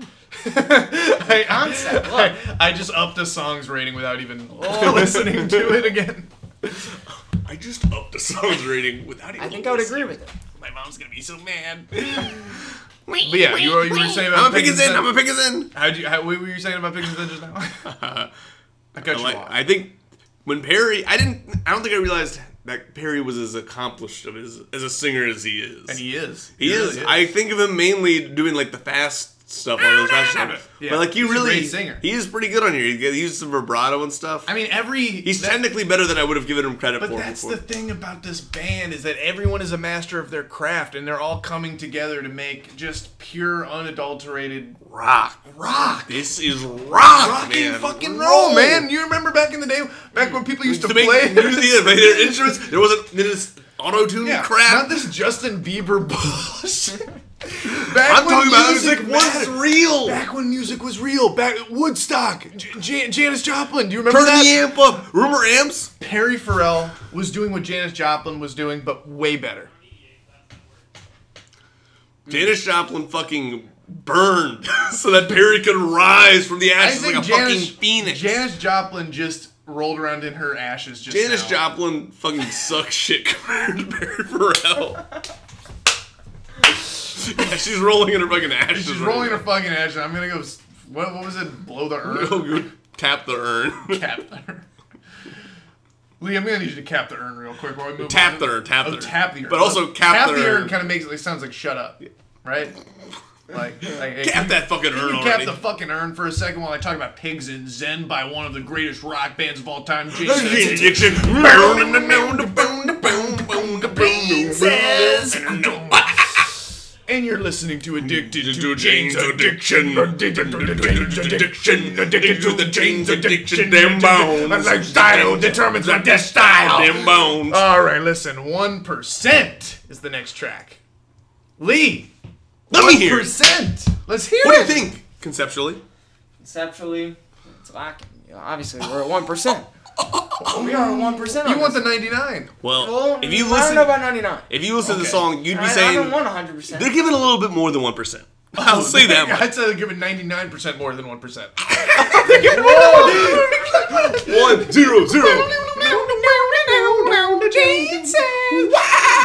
[SPEAKER 2] I, concept. Oh. I, I just upped a song's rating without even listening to it again.
[SPEAKER 3] I just upped the songs rating without even.
[SPEAKER 4] I think I would agree with it.
[SPEAKER 2] My mom's gonna be so mad. but yeah, you were, you were saying about
[SPEAKER 3] I'm a pick
[SPEAKER 2] Pigs
[SPEAKER 3] is
[SPEAKER 2] and
[SPEAKER 3] in. I'm
[SPEAKER 2] Sen-
[SPEAKER 3] a pick is in.
[SPEAKER 2] How'd you, how, what were you saying about Pigs and Sen just now? I cut
[SPEAKER 3] I
[SPEAKER 2] you
[SPEAKER 3] like-
[SPEAKER 2] off.
[SPEAKER 3] I think when Perry, I didn't. I don't think I realized that Perry was as accomplished of his, as a singer as he is.
[SPEAKER 2] and he is.
[SPEAKER 3] He is. I think of him mainly doing like the fast stuff on those fast stuff.
[SPEAKER 2] Yeah.
[SPEAKER 3] But like you
[SPEAKER 2] He's a
[SPEAKER 3] really,
[SPEAKER 2] great singer.
[SPEAKER 3] he is pretty good on here. He gets- he used some vibrato and stuff.
[SPEAKER 2] I mean, every
[SPEAKER 3] he's
[SPEAKER 2] that-
[SPEAKER 3] technically better than I would have given him credit
[SPEAKER 2] But
[SPEAKER 3] for.
[SPEAKER 2] that's
[SPEAKER 3] before.
[SPEAKER 2] the thing about this band is that everyone is a master of their craft, and they're all coming together to make just pure, unadulterated
[SPEAKER 3] rock.
[SPEAKER 2] rock.
[SPEAKER 3] This is rock,
[SPEAKER 2] Rocking
[SPEAKER 3] man.
[SPEAKER 2] fucking roll, man! You remember back in the day, back when people used to,
[SPEAKER 3] To make
[SPEAKER 2] play
[SPEAKER 3] music, they made their instruments. There wasn't this auto tune
[SPEAKER 2] Yeah,
[SPEAKER 3] crap.
[SPEAKER 2] Not this Justin Bieber bullshit. Back
[SPEAKER 3] I'm
[SPEAKER 2] when
[SPEAKER 3] talking about
[SPEAKER 2] music
[SPEAKER 3] music was
[SPEAKER 2] mattered.
[SPEAKER 3] real.
[SPEAKER 2] Back when music was real, back Woodstock, J- Jan- Janis Joplin. Do you remember
[SPEAKER 3] Turn
[SPEAKER 2] that?
[SPEAKER 3] the amp up. Rumor amps.
[SPEAKER 2] Perry Farrell was doing what Janis Joplin was doing, but way better.
[SPEAKER 3] Janis Joplin fucking burned so that Perry could rise from the ashes like a fucking phoenix.
[SPEAKER 2] Janis Joplin just rolled around in her ashes. Just
[SPEAKER 3] Janis
[SPEAKER 2] now.
[SPEAKER 3] Joplin fucking sucks shit compared to Perry Farrell. yeah, she's rolling in her fucking ashes.
[SPEAKER 2] She's
[SPEAKER 3] right
[SPEAKER 2] rolling
[SPEAKER 3] now.
[SPEAKER 2] her fucking ashes. I'm gonna go. s- What, what was it? Blow the
[SPEAKER 3] Go,
[SPEAKER 2] urn.
[SPEAKER 3] go tap the urn.
[SPEAKER 2] cap the urn. Lee, I'm gonna need you to cap the urn real quick. While we move
[SPEAKER 3] Tap
[SPEAKER 2] on.
[SPEAKER 3] the urn, tap
[SPEAKER 2] oh,
[SPEAKER 3] the urn.
[SPEAKER 2] Tap the urn.
[SPEAKER 3] But also cap the urn.
[SPEAKER 2] kind of makes it like, sounds like shut up, right? Like, like hey,
[SPEAKER 3] Cap that fucking
[SPEAKER 2] Can
[SPEAKER 3] urn
[SPEAKER 2] you cap
[SPEAKER 3] already.
[SPEAKER 2] the fucking urn for a second while I talk about Pigs in Zen by one of the greatest rock bands of all time, Jason
[SPEAKER 3] Gene Dixon.
[SPEAKER 2] And you're listening to Addicted
[SPEAKER 3] Mm, To Jane's addiction, addicted to the Jane's addiction, addicted to the Jane's addiction, them bones,
[SPEAKER 2] lifestyle determines my destiny.
[SPEAKER 3] them bones.
[SPEAKER 2] All right, listen. 1% is the next track. Lee,
[SPEAKER 3] Let me hear. it.
[SPEAKER 2] 1%. Let's hear
[SPEAKER 3] What do you
[SPEAKER 2] it.
[SPEAKER 3] think conceptually?
[SPEAKER 4] Conceptually, it's lacking. You know, obviously, we're at one percent. We are at one percent.
[SPEAKER 2] You want the 99.
[SPEAKER 3] Well, if you
[SPEAKER 4] I don't know
[SPEAKER 3] listen,
[SPEAKER 4] about ninety nine.
[SPEAKER 3] if you listen to the song, you'd be
[SPEAKER 4] I, I
[SPEAKER 3] saying
[SPEAKER 4] don't want hundred percent.
[SPEAKER 3] they're giving a little bit more than one percent. I'll say that much.
[SPEAKER 2] I'd say they're giving 99% more than 1%.
[SPEAKER 3] One, zero, zero.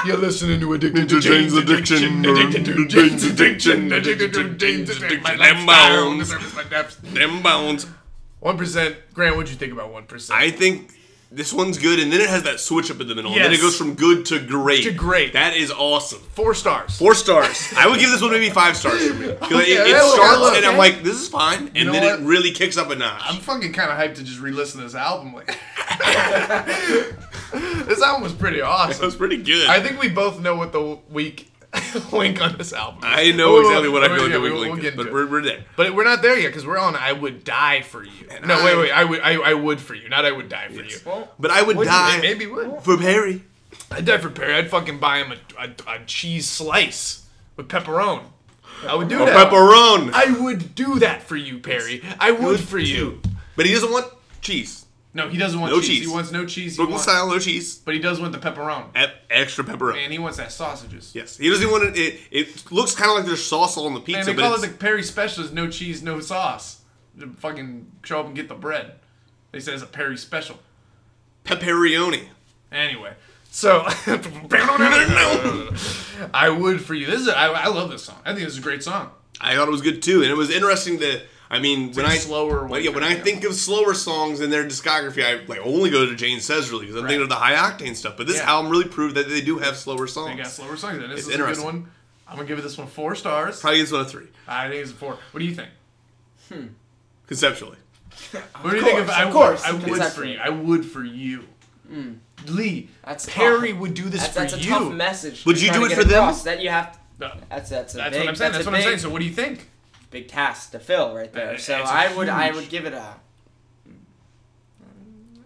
[SPEAKER 2] You're listening to Addicted
[SPEAKER 3] To Jane's addiction, addicted to Jane's addiction, addicted to Jane's addiction. Them bones, them bones.
[SPEAKER 2] One percent. Grant, what'd you think about one percent?
[SPEAKER 3] I think this one's good, and then it has that switch up in the middle, and then
[SPEAKER 2] Yes.
[SPEAKER 3] it goes from good to great.
[SPEAKER 2] To great.
[SPEAKER 3] That is awesome.
[SPEAKER 2] Four stars.
[SPEAKER 3] Four stars. I would give this one maybe five stars for me. 'Cause it, it
[SPEAKER 2] that looks-
[SPEAKER 3] starts,
[SPEAKER 2] okay.
[SPEAKER 3] and I'm like, this is fine, and
[SPEAKER 2] know
[SPEAKER 3] then it
[SPEAKER 2] what?
[SPEAKER 3] really kicks up a notch.
[SPEAKER 2] I'm fucking kind of hyped to just re-listen to this album. Like, this album was pretty
[SPEAKER 3] that was
[SPEAKER 2] awesome.
[SPEAKER 3] pretty good.
[SPEAKER 2] I think we both know what the weak link on this album. Is.
[SPEAKER 3] I know
[SPEAKER 2] Well,
[SPEAKER 3] exactly what I feel like
[SPEAKER 2] yeah,
[SPEAKER 3] the weak
[SPEAKER 2] we'll-
[SPEAKER 3] link
[SPEAKER 2] we'll
[SPEAKER 3] is,
[SPEAKER 2] get
[SPEAKER 3] but
[SPEAKER 2] into
[SPEAKER 3] we're,
[SPEAKER 2] it.
[SPEAKER 3] we're there.
[SPEAKER 2] But we're not there yet because we're on "I Would Die for You." no,
[SPEAKER 3] I-
[SPEAKER 2] wait, wait. I would, I, I would for you, not "I Would Die for You."
[SPEAKER 3] But I would die
[SPEAKER 2] Maybe would.
[SPEAKER 3] for Perry.
[SPEAKER 2] I'd die for Perry. I'd fucking buy him a, a, a cheese slice with pepperoni. I would do that.
[SPEAKER 3] Pepperone.
[SPEAKER 2] I would do that for you, Perry. I would for you.
[SPEAKER 3] But he doesn't want cheese.
[SPEAKER 2] No, he doesn't want
[SPEAKER 3] No
[SPEAKER 2] cheese.
[SPEAKER 3] cheese.
[SPEAKER 2] He wants no cheese. He
[SPEAKER 3] Brooklyn
[SPEAKER 2] wants,
[SPEAKER 3] style, no cheese.
[SPEAKER 2] but he does want the pepperoni.
[SPEAKER 3] E- Extra pepperoni.
[SPEAKER 2] And he wants that sausages.
[SPEAKER 3] Yes, he doesn't want it. It, it looks kind of like there's sauce all on the
[SPEAKER 2] And
[SPEAKER 3] pizza,
[SPEAKER 2] they
[SPEAKER 3] but
[SPEAKER 2] call it
[SPEAKER 3] it's-
[SPEAKER 2] the Perry special is no cheese, no sauce. They fucking show up and get the bread. They say it's a Perry special.
[SPEAKER 3] pepperoni.
[SPEAKER 2] Anyway, so I would for you. This is I, I love this song. I think this is a great song.
[SPEAKER 3] I thought it was good too, and it was interesting to. I mean, when
[SPEAKER 2] like
[SPEAKER 3] I
[SPEAKER 2] slower
[SPEAKER 3] well, yeah, when
[SPEAKER 2] one,
[SPEAKER 3] I
[SPEAKER 2] yeah.
[SPEAKER 3] think of slower songs in their discography, I like only go to Jane Says really because I'm thinking of the high octane stuff. But this
[SPEAKER 2] Yeah.
[SPEAKER 3] album really proved that they do have slower songs.
[SPEAKER 2] They got slower songs. And this is
[SPEAKER 3] It's
[SPEAKER 2] a good
[SPEAKER 3] interesting.
[SPEAKER 2] one. I'm gonna give it this one four stars.
[SPEAKER 3] Probably gives one a three
[SPEAKER 2] I think it's a four. What do you think?
[SPEAKER 3] conceptually.
[SPEAKER 2] What do you think
[SPEAKER 4] course,
[SPEAKER 2] if I
[SPEAKER 4] of course.
[SPEAKER 2] I would for
[SPEAKER 4] Exactly. Hmm.
[SPEAKER 2] you? I would for you. Lee,
[SPEAKER 4] That's
[SPEAKER 2] Perry
[SPEAKER 4] tough.
[SPEAKER 2] would do this
[SPEAKER 4] that's,
[SPEAKER 2] for
[SPEAKER 4] that's a
[SPEAKER 2] you.
[SPEAKER 4] tough message.
[SPEAKER 3] Would
[SPEAKER 4] you're
[SPEAKER 3] you
[SPEAKER 4] trying
[SPEAKER 3] do
[SPEAKER 4] to
[SPEAKER 3] it
[SPEAKER 4] get
[SPEAKER 3] for them?
[SPEAKER 4] across, That you have.
[SPEAKER 2] No,
[SPEAKER 4] That's that's a
[SPEAKER 2] that's
[SPEAKER 4] big,
[SPEAKER 2] what I'm saying.
[SPEAKER 4] That's,
[SPEAKER 2] That's,
[SPEAKER 4] a
[SPEAKER 2] what I'm
[SPEAKER 4] big-
[SPEAKER 2] saying. So what do you think?
[SPEAKER 4] big task to fill right there.
[SPEAKER 2] It's-
[SPEAKER 4] So
[SPEAKER 2] it's a
[SPEAKER 4] I would I
[SPEAKER 2] huge-
[SPEAKER 4] would give it a. Mm.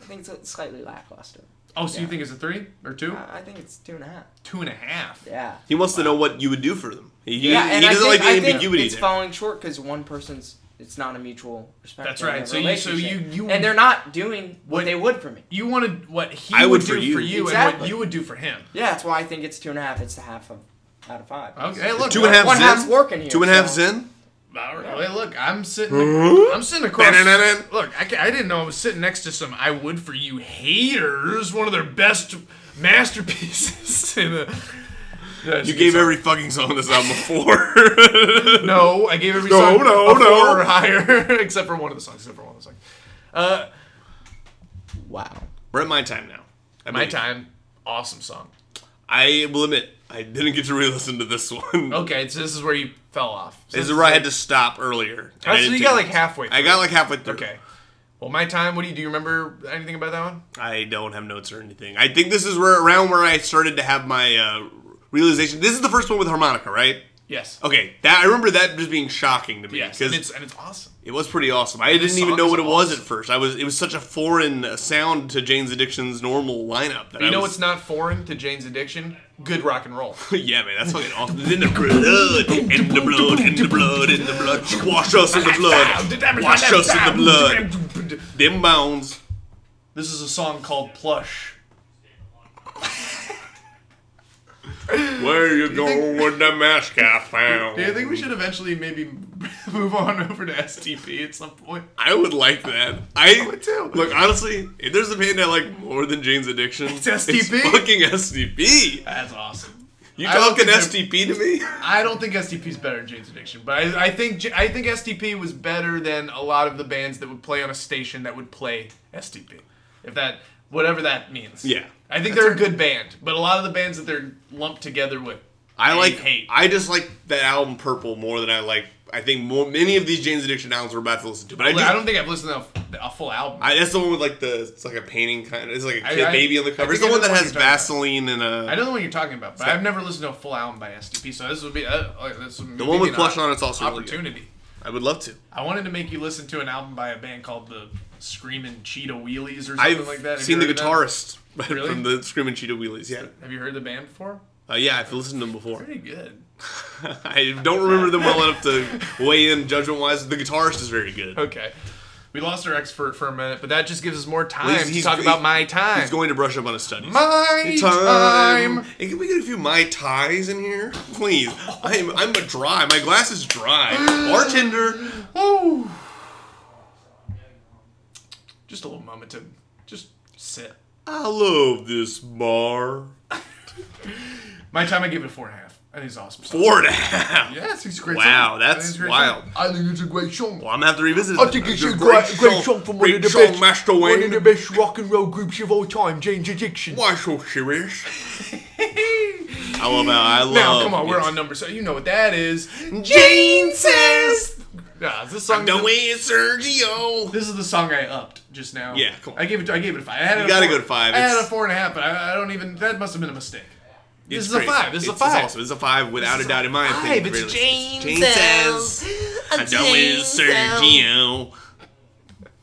[SPEAKER 4] I think it's slightly lackluster.
[SPEAKER 2] Oh, so you
[SPEAKER 4] Yeah.
[SPEAKER 2] think it's a three or two?
[SPEAKER 4] I I think it's two and a half.
[SPEAKER 2] two and a half.
[SPEAKER 4] Yeah.
[SPEAKER 3] He wants to know what you would do for them. He, he-
[SPEAKER 4] yeah,
[SPEAKER 3] he
[SPEAKER 4] and I
[SPEAKER 3] doesn't
[SPEAKER 4] think,
[SPEAKER 3] like
[SPEAKER 4] I
[SPEAKER 3] the
[SPEAKER 4] think
[SPEAKER 3] ambiguity.
[SPEAKER 4] It's
[SPEAKER 3] there.
[SPEAKER 4] falling short because one person's. It's not a mutual respect.
[SPEAKER 2] That's
[SPEAKER 4] in a
[SPEAKER 2] right. So you- so you-
[SPEAKER 4] relationship.
[SPEAKER 2] you-
[SPEAKER 4] and they're not doing what,
[SPEAKER 2] What-
[SPEAKER 4] they would for me.
[SPEAKER 2] You wanted what he
[SPEAKER 3] I
[SPEAKER 2] would,
[SPEAKER 3] would
[SPEAKER 2] do
[SPEAKER 3] for
[SPEAKER 2] for
[SPEAKER 3] you.
[SPEAKER 2] you, and
[SPEAKER 4] Exactly.
[SPEAKER 2] what you would do for him.
[SPEAKER 4] Yeah, that's why I think it's two and a half. It's the half of out of five.
[SPEAKER 2] Okay, hey, look,
[SPEAKER 3] Two and a half
[SPEAKER 4] One
[SPEAKER 3] Zen.
[SPEAKER 4] half's working here.
[SPEAKER 3] Two and a half
[SPEAKER 4] so-
[SPEAKER 3] Zen.
[SPEAKER 2] All right, well, look, I'm sitting. I'm sitting across.
[SPEAKER 3] Ba-da-da-da.
[SPEAKER 2] Look, I, ca- I didn't know I was sitting next to some I would for you haters. One of their best masterpieces. in the,
[SPEAKER 3] You gave every fucking song this album before.
[SPEAKER 2] no. I gave every
[SPEAKER 3] No,
[SPEAKER 2] song
[SPEAKER 3] no,
[SPEAKER 2] a four
[SPEAKER 3] no.
[SPEAKER 2] or higher, except for one of the songs. Except for one of the songs. Uh,
[SPEAKER 4] Wow.
[SPEAKER 3] We're at my time now. I
[SPEAKER 2] my
[SPEAKER 3] believe.
[SPEAKER 2] time. Awesome song.
[SPEAKER 3] I will admit, I didn't get to re-listen to this
[SPEAKER 4] Oh,
[SPEAKER 3] one.
[SPEAKER 2] Okay, so this is where you fell off. So
[SPEAKER 3] This is
[SPEAKER 2] this
[SPEAKER 3] where I had to stop earlier. and
[SPEAKER 2] Oh,
[SPEAKER 3] I
[SPEAKER 2] so
[SPEAKER 3] didn't
[SPEAKER 2] you
[SPEAKER 3] take
[SPEAKER 2] got,
[SPEAKER 3] it.
[SPEAKER 2] like, halfway
[SPEAKER 3] I got like halfway through.
[SPEAKER 2] Okay. Well, my time. What do you do? You remember anything about that one?
[SPEAKER 3] I don't have notes or anything. I think this is where around where I started to have my uh, realization. This is the first one with harmonica, right?
[SPEAKER 2] Yes.
[SPEAKER 3] Okay, that I remember that just being shocking to me
[SPEAKER 2] Yes.
[SPEAKER 3] because
[SPEAKER 2] And it's and it's awesome.
[SPEAKER 3] it was pretty awesome. I didn't even
[SPEAKER 2] song
[SPEAKER 3] know
[SPEAKER 2] is
[SPEAKER 3] what it was at
[SPEAKER 2] awesome.
[SPEAKER 3] first. I was it was such a foreign uh, sound to Jane's Addiction's normal lineup. That
[SPEAKER 2] You
[SPEAKER 3] I
[SPEAKER 2] know
[SPEAKER 3] was,
[SPEAKER 2] what's not foreign to Jane's addiction? Good rock and roll.
[SPEAKER 3] yeah, man, that's fucking awesome. In the blood, in the blood, in the blood, in the blood. Wash us in the blood. Wash us in the blood. Them bounds.
[SPEAKER 2] This is a song called Plush.
[SPEAKER 3] Where you going with the mask I found?
[SPEAKER 2] Do you think we should eventually maybe move on over to STP at some point?
[SPEAKER 3] I would like that. I,
[SPEAKER 2] would too.
[SPEAKER 3] Look, honestly, if there's a band I like more than Jane's Addiction, it's
[SPEAKER 2] STP.
[SPEAKER 3] fucking STP.
[SPEAKER 2] That's awesome.
[SPEAKER 3] You
[SPEAKER 2] I don't
[SPEAKER 3] talking
[SPEAKER 2] think
[SPEAKER 3] STP to me?
[SPEAKER 2] I don't think STP's better than Jane's Addiction, but I, I think J- I think STP was better than a lot of the bands that would play on a station that would play STP, if that whatever that means.
[SPEAKER 3] Yeah.
[SPEAKER 2] I think they're a good band, but a lot of the bands that they're lumped together with,
[SPEAKER 3] I like.
[SPEAKER 2] hate.
[SPEAKER 3] I just like that album Purple more than I like. I think more many of these Jane's Addiction albums we're about to listen to, but I,
[SPEAKER 2] I,
[SPEAKER 3] do.
[SPEAKER 2] don't think I've listened to a f- a, full album.
[SPEAKER 3] I, that's the one with like the it's like a painting kind of it's like a
[SPEAKER 2] I-
[SPEAKER 3] kid
[SPEAKER 2] I-
[SPEAKER 3] baby on the
[SPEAKER 2] I
[SPEAKER 3] cover.
[SPEAKER 2] think
[SPEAKER 3] It's the
[SPEAKER 2] I
[SPEAKER 3] one
[SPEAKER 2] know
[SPEAKER 3] that
[SPEAKER 2] the one
[SPEAKER 3] has
[SPEAKER 2] you're talking about.
[SPEAKER 3] Vaseline and uh
[SPEAKER 2] I know the one you're talking about, but
[SPEAKER 3] that-
[SPEAKER 2] I've never listened to a full album by STP, so this would be uh, like, this would
[SPEAKER 3] the one with
[SPEAKER 2] an
[SPEAKER 3] Plush
[SPEAKER 2] op-
[SPEAKER 3] on. It's also really good.
[SPEAKER 2] opportunity.
[SPEAKER 3] I would love to.
[SPEAKER 2] I wanted to make you listen to an album by a band called the Screaming Cheetah Wheelies or something
[SPEAKER 3] I've
[SPEAKER 2] like that. Have
[SPEAKER 3] seen
[SPEAKER 2] you
[SPEAKER 3] the
[SPEAKER 2] heard of them?
[SPEAKER 3] guitarist
[SPEAKER 2] Really?
[SPEAKER 3] from the Screaming Cheetah Wheelies. Yeah,
[SPEAKER 2] Have you heard the band before?
[SPEAKER 3] uh, yeah, I've listened to them before.
[SPEAKER 2] Pretty good.
[SPEAKER 3] I don't remember them well enough to weigh in judgment wise. The guitarist is very good.
[SPEAKER 2] Okay. We lost our expert for a minute, but that just gives us more time
[SPEAKER 3] he's-
[SPEAKER 2] to
[SPEAKER 3] he's-
[SPEAKER 2] talk
[SPEAKER 3] he's-
[SPEAKER 2] about my time.
[SPEAKER 3] He's going to brush up on his studies.
[SPEAKER 2] my time.
[SPEAKER 3] Hey, can we get a few my ties in here, please? I'm I'm a dry. My glass is dry. Bartender,
[SPEAKER 2] Woo. Just a little moment to just sit.
[SPEAKER 3] I love this bar.
[SPEAKER 2] My time, I give it a four and a half. I think it's awesome. song.
[SPEAKER 3] Four and a half.
[SPEAKER 2] Yeah, I think it's a great.
[SPEAKER 3] Wow,
[SPEAKER 2] song.
[SPEAKER 3] that's
[SPEAKER 2] I think it's a great
[SPEAKER 3] wild.
[SPEAKER 2] song. I think it's a great song.
[SPEAKER 3] Well, I'm gonna have to revisit.
[SPEAKER 2] I
[SPEAKER 3] that.
[SPEAKER 2] think it's
[SPEAKER 3] You're
[SPEAKER 2] a great, great song from one
[SPEAKER 3] great
[SPEAKER 2] of the
[SPEAKER 3] song,
[SPEAKER 2] best,
[SPEAKER 3] Master
[SPEAKER 2] one of the
[SPEAKER 3] Wayne.
[SPEAKER 2] best rock and roll groups of all time, Jane's Addiction.
[SPEAKER 3] Why so serious? I love how I love.
[SPEAKER 2] Now, come on, we're
[SPEAKER 3] yes.
[SPEAKER 2] on number seven. You know what that is?
[SPEAKER 3] Jane says.
[SPEAKER 2] Nah, this song.
[SPEAKER 3] The way it's Sergio.
[SPEAKER 2] This is the song I upped just now.
[SPEAKER 3] Yeah, come on.
[SPEAKER 2] I gave it. I gave it a five. I had
[SPEAKER 3] You
[SPEAKER 2] a
[SPEAKER 3] gotta
[SPEAKER 2] four-
[SPEAKER 3] go to five.
[SPEAKER 2] I had
[SPEAKER 3] It's-
[SPEAKER 2] a four and a half, but I, I don't even. That must have been a mistake. this
[SPEAKER 3] It's
[SPEAKER 2] is
[SPEAKER 3] great.
[SPEAKER 2] a five. This is a
[SPEAKER 3] It's-
[SPEAKER 2] five.
[SPEAKER 3] It's, awesome. It's a five without a doubt in my
[SPEAKER 2] five.
[SPEAKER 3] opinion.
[SPEAKER 2] It's
[SPEAKER 3] Really.
[SPEAKER 2] Jane
[SPEAKER 3] says. I don't want Sergio.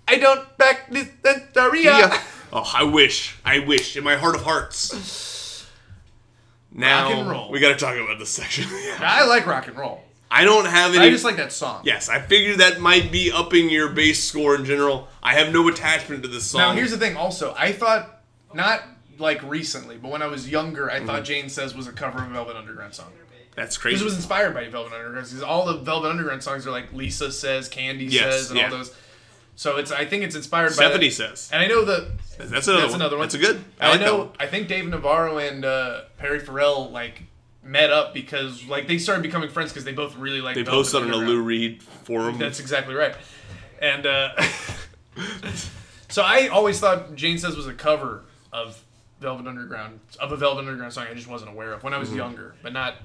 [SPEAKER 2] I don't back this Santeria.
[SPEAKER 3] Yeah. Oh, I wish. I wish in my heart of hearts. Now
[SPEAKER 2] Rock and roll.
[SPEAKER 3] we gotta talk about this section.
[SPEAKER 2] I like rock and roll.
[SPEAKER 3] I don't have any.
[SPEAKER 2] I just like that song.
[SPEAKER 3] Yes, I figured that might be upping your base score in general. I have no attachment to this song.
[SPEAKER 2] Now here's the thing. Also, I thought not like recently, but when I was younger, I
[SPEAKER 3] Mm-hmm.
[SPEAKER 2] thought Jane Says was a cover of a Velvet Underground song.
[SPEAKER 3] That's
[SPEAKER 2] This
[SPEAKER 3] crazy.
[SPEAKER 2] was inspired by Velvet Underground because all the Velvet Underground songs are like Lisa Says, Candy
[SPEAKER 3] Yes,
[SPEAKER 2] Says, and
[SPEAKER 3] yeah.
[SPEAKER 2] all those. So it's I think it's inspired by
[SPEAKER 3] Stephanie
[SPEAKER 2] that.
[SPEAKER 3] says.
[SPEAKER 2] And I know the
[SPEAKER 3] That's another,
[SPEAKER 2] that's another one.
[SPEAKER 3] That's a good. I, like
[SPEAKER 2] know.
[SPEAKER 3] that one.
[SPEAKER 2] I think Dave Navarro and uh, Perry Farrell like met up because like they started becoming friends because they both really like.
[SPEAKER 3] They post on a Lou Reed forum.
[SPEAKER 2] That's exactly right. And uh, so I always thought Jane Says was a cover of Velvet Underground of a Velvet Underground song I just wasn't aware of when I
[SPEAKER 3] Mm-hmm.
[SPEAKER 2] was younger, but not.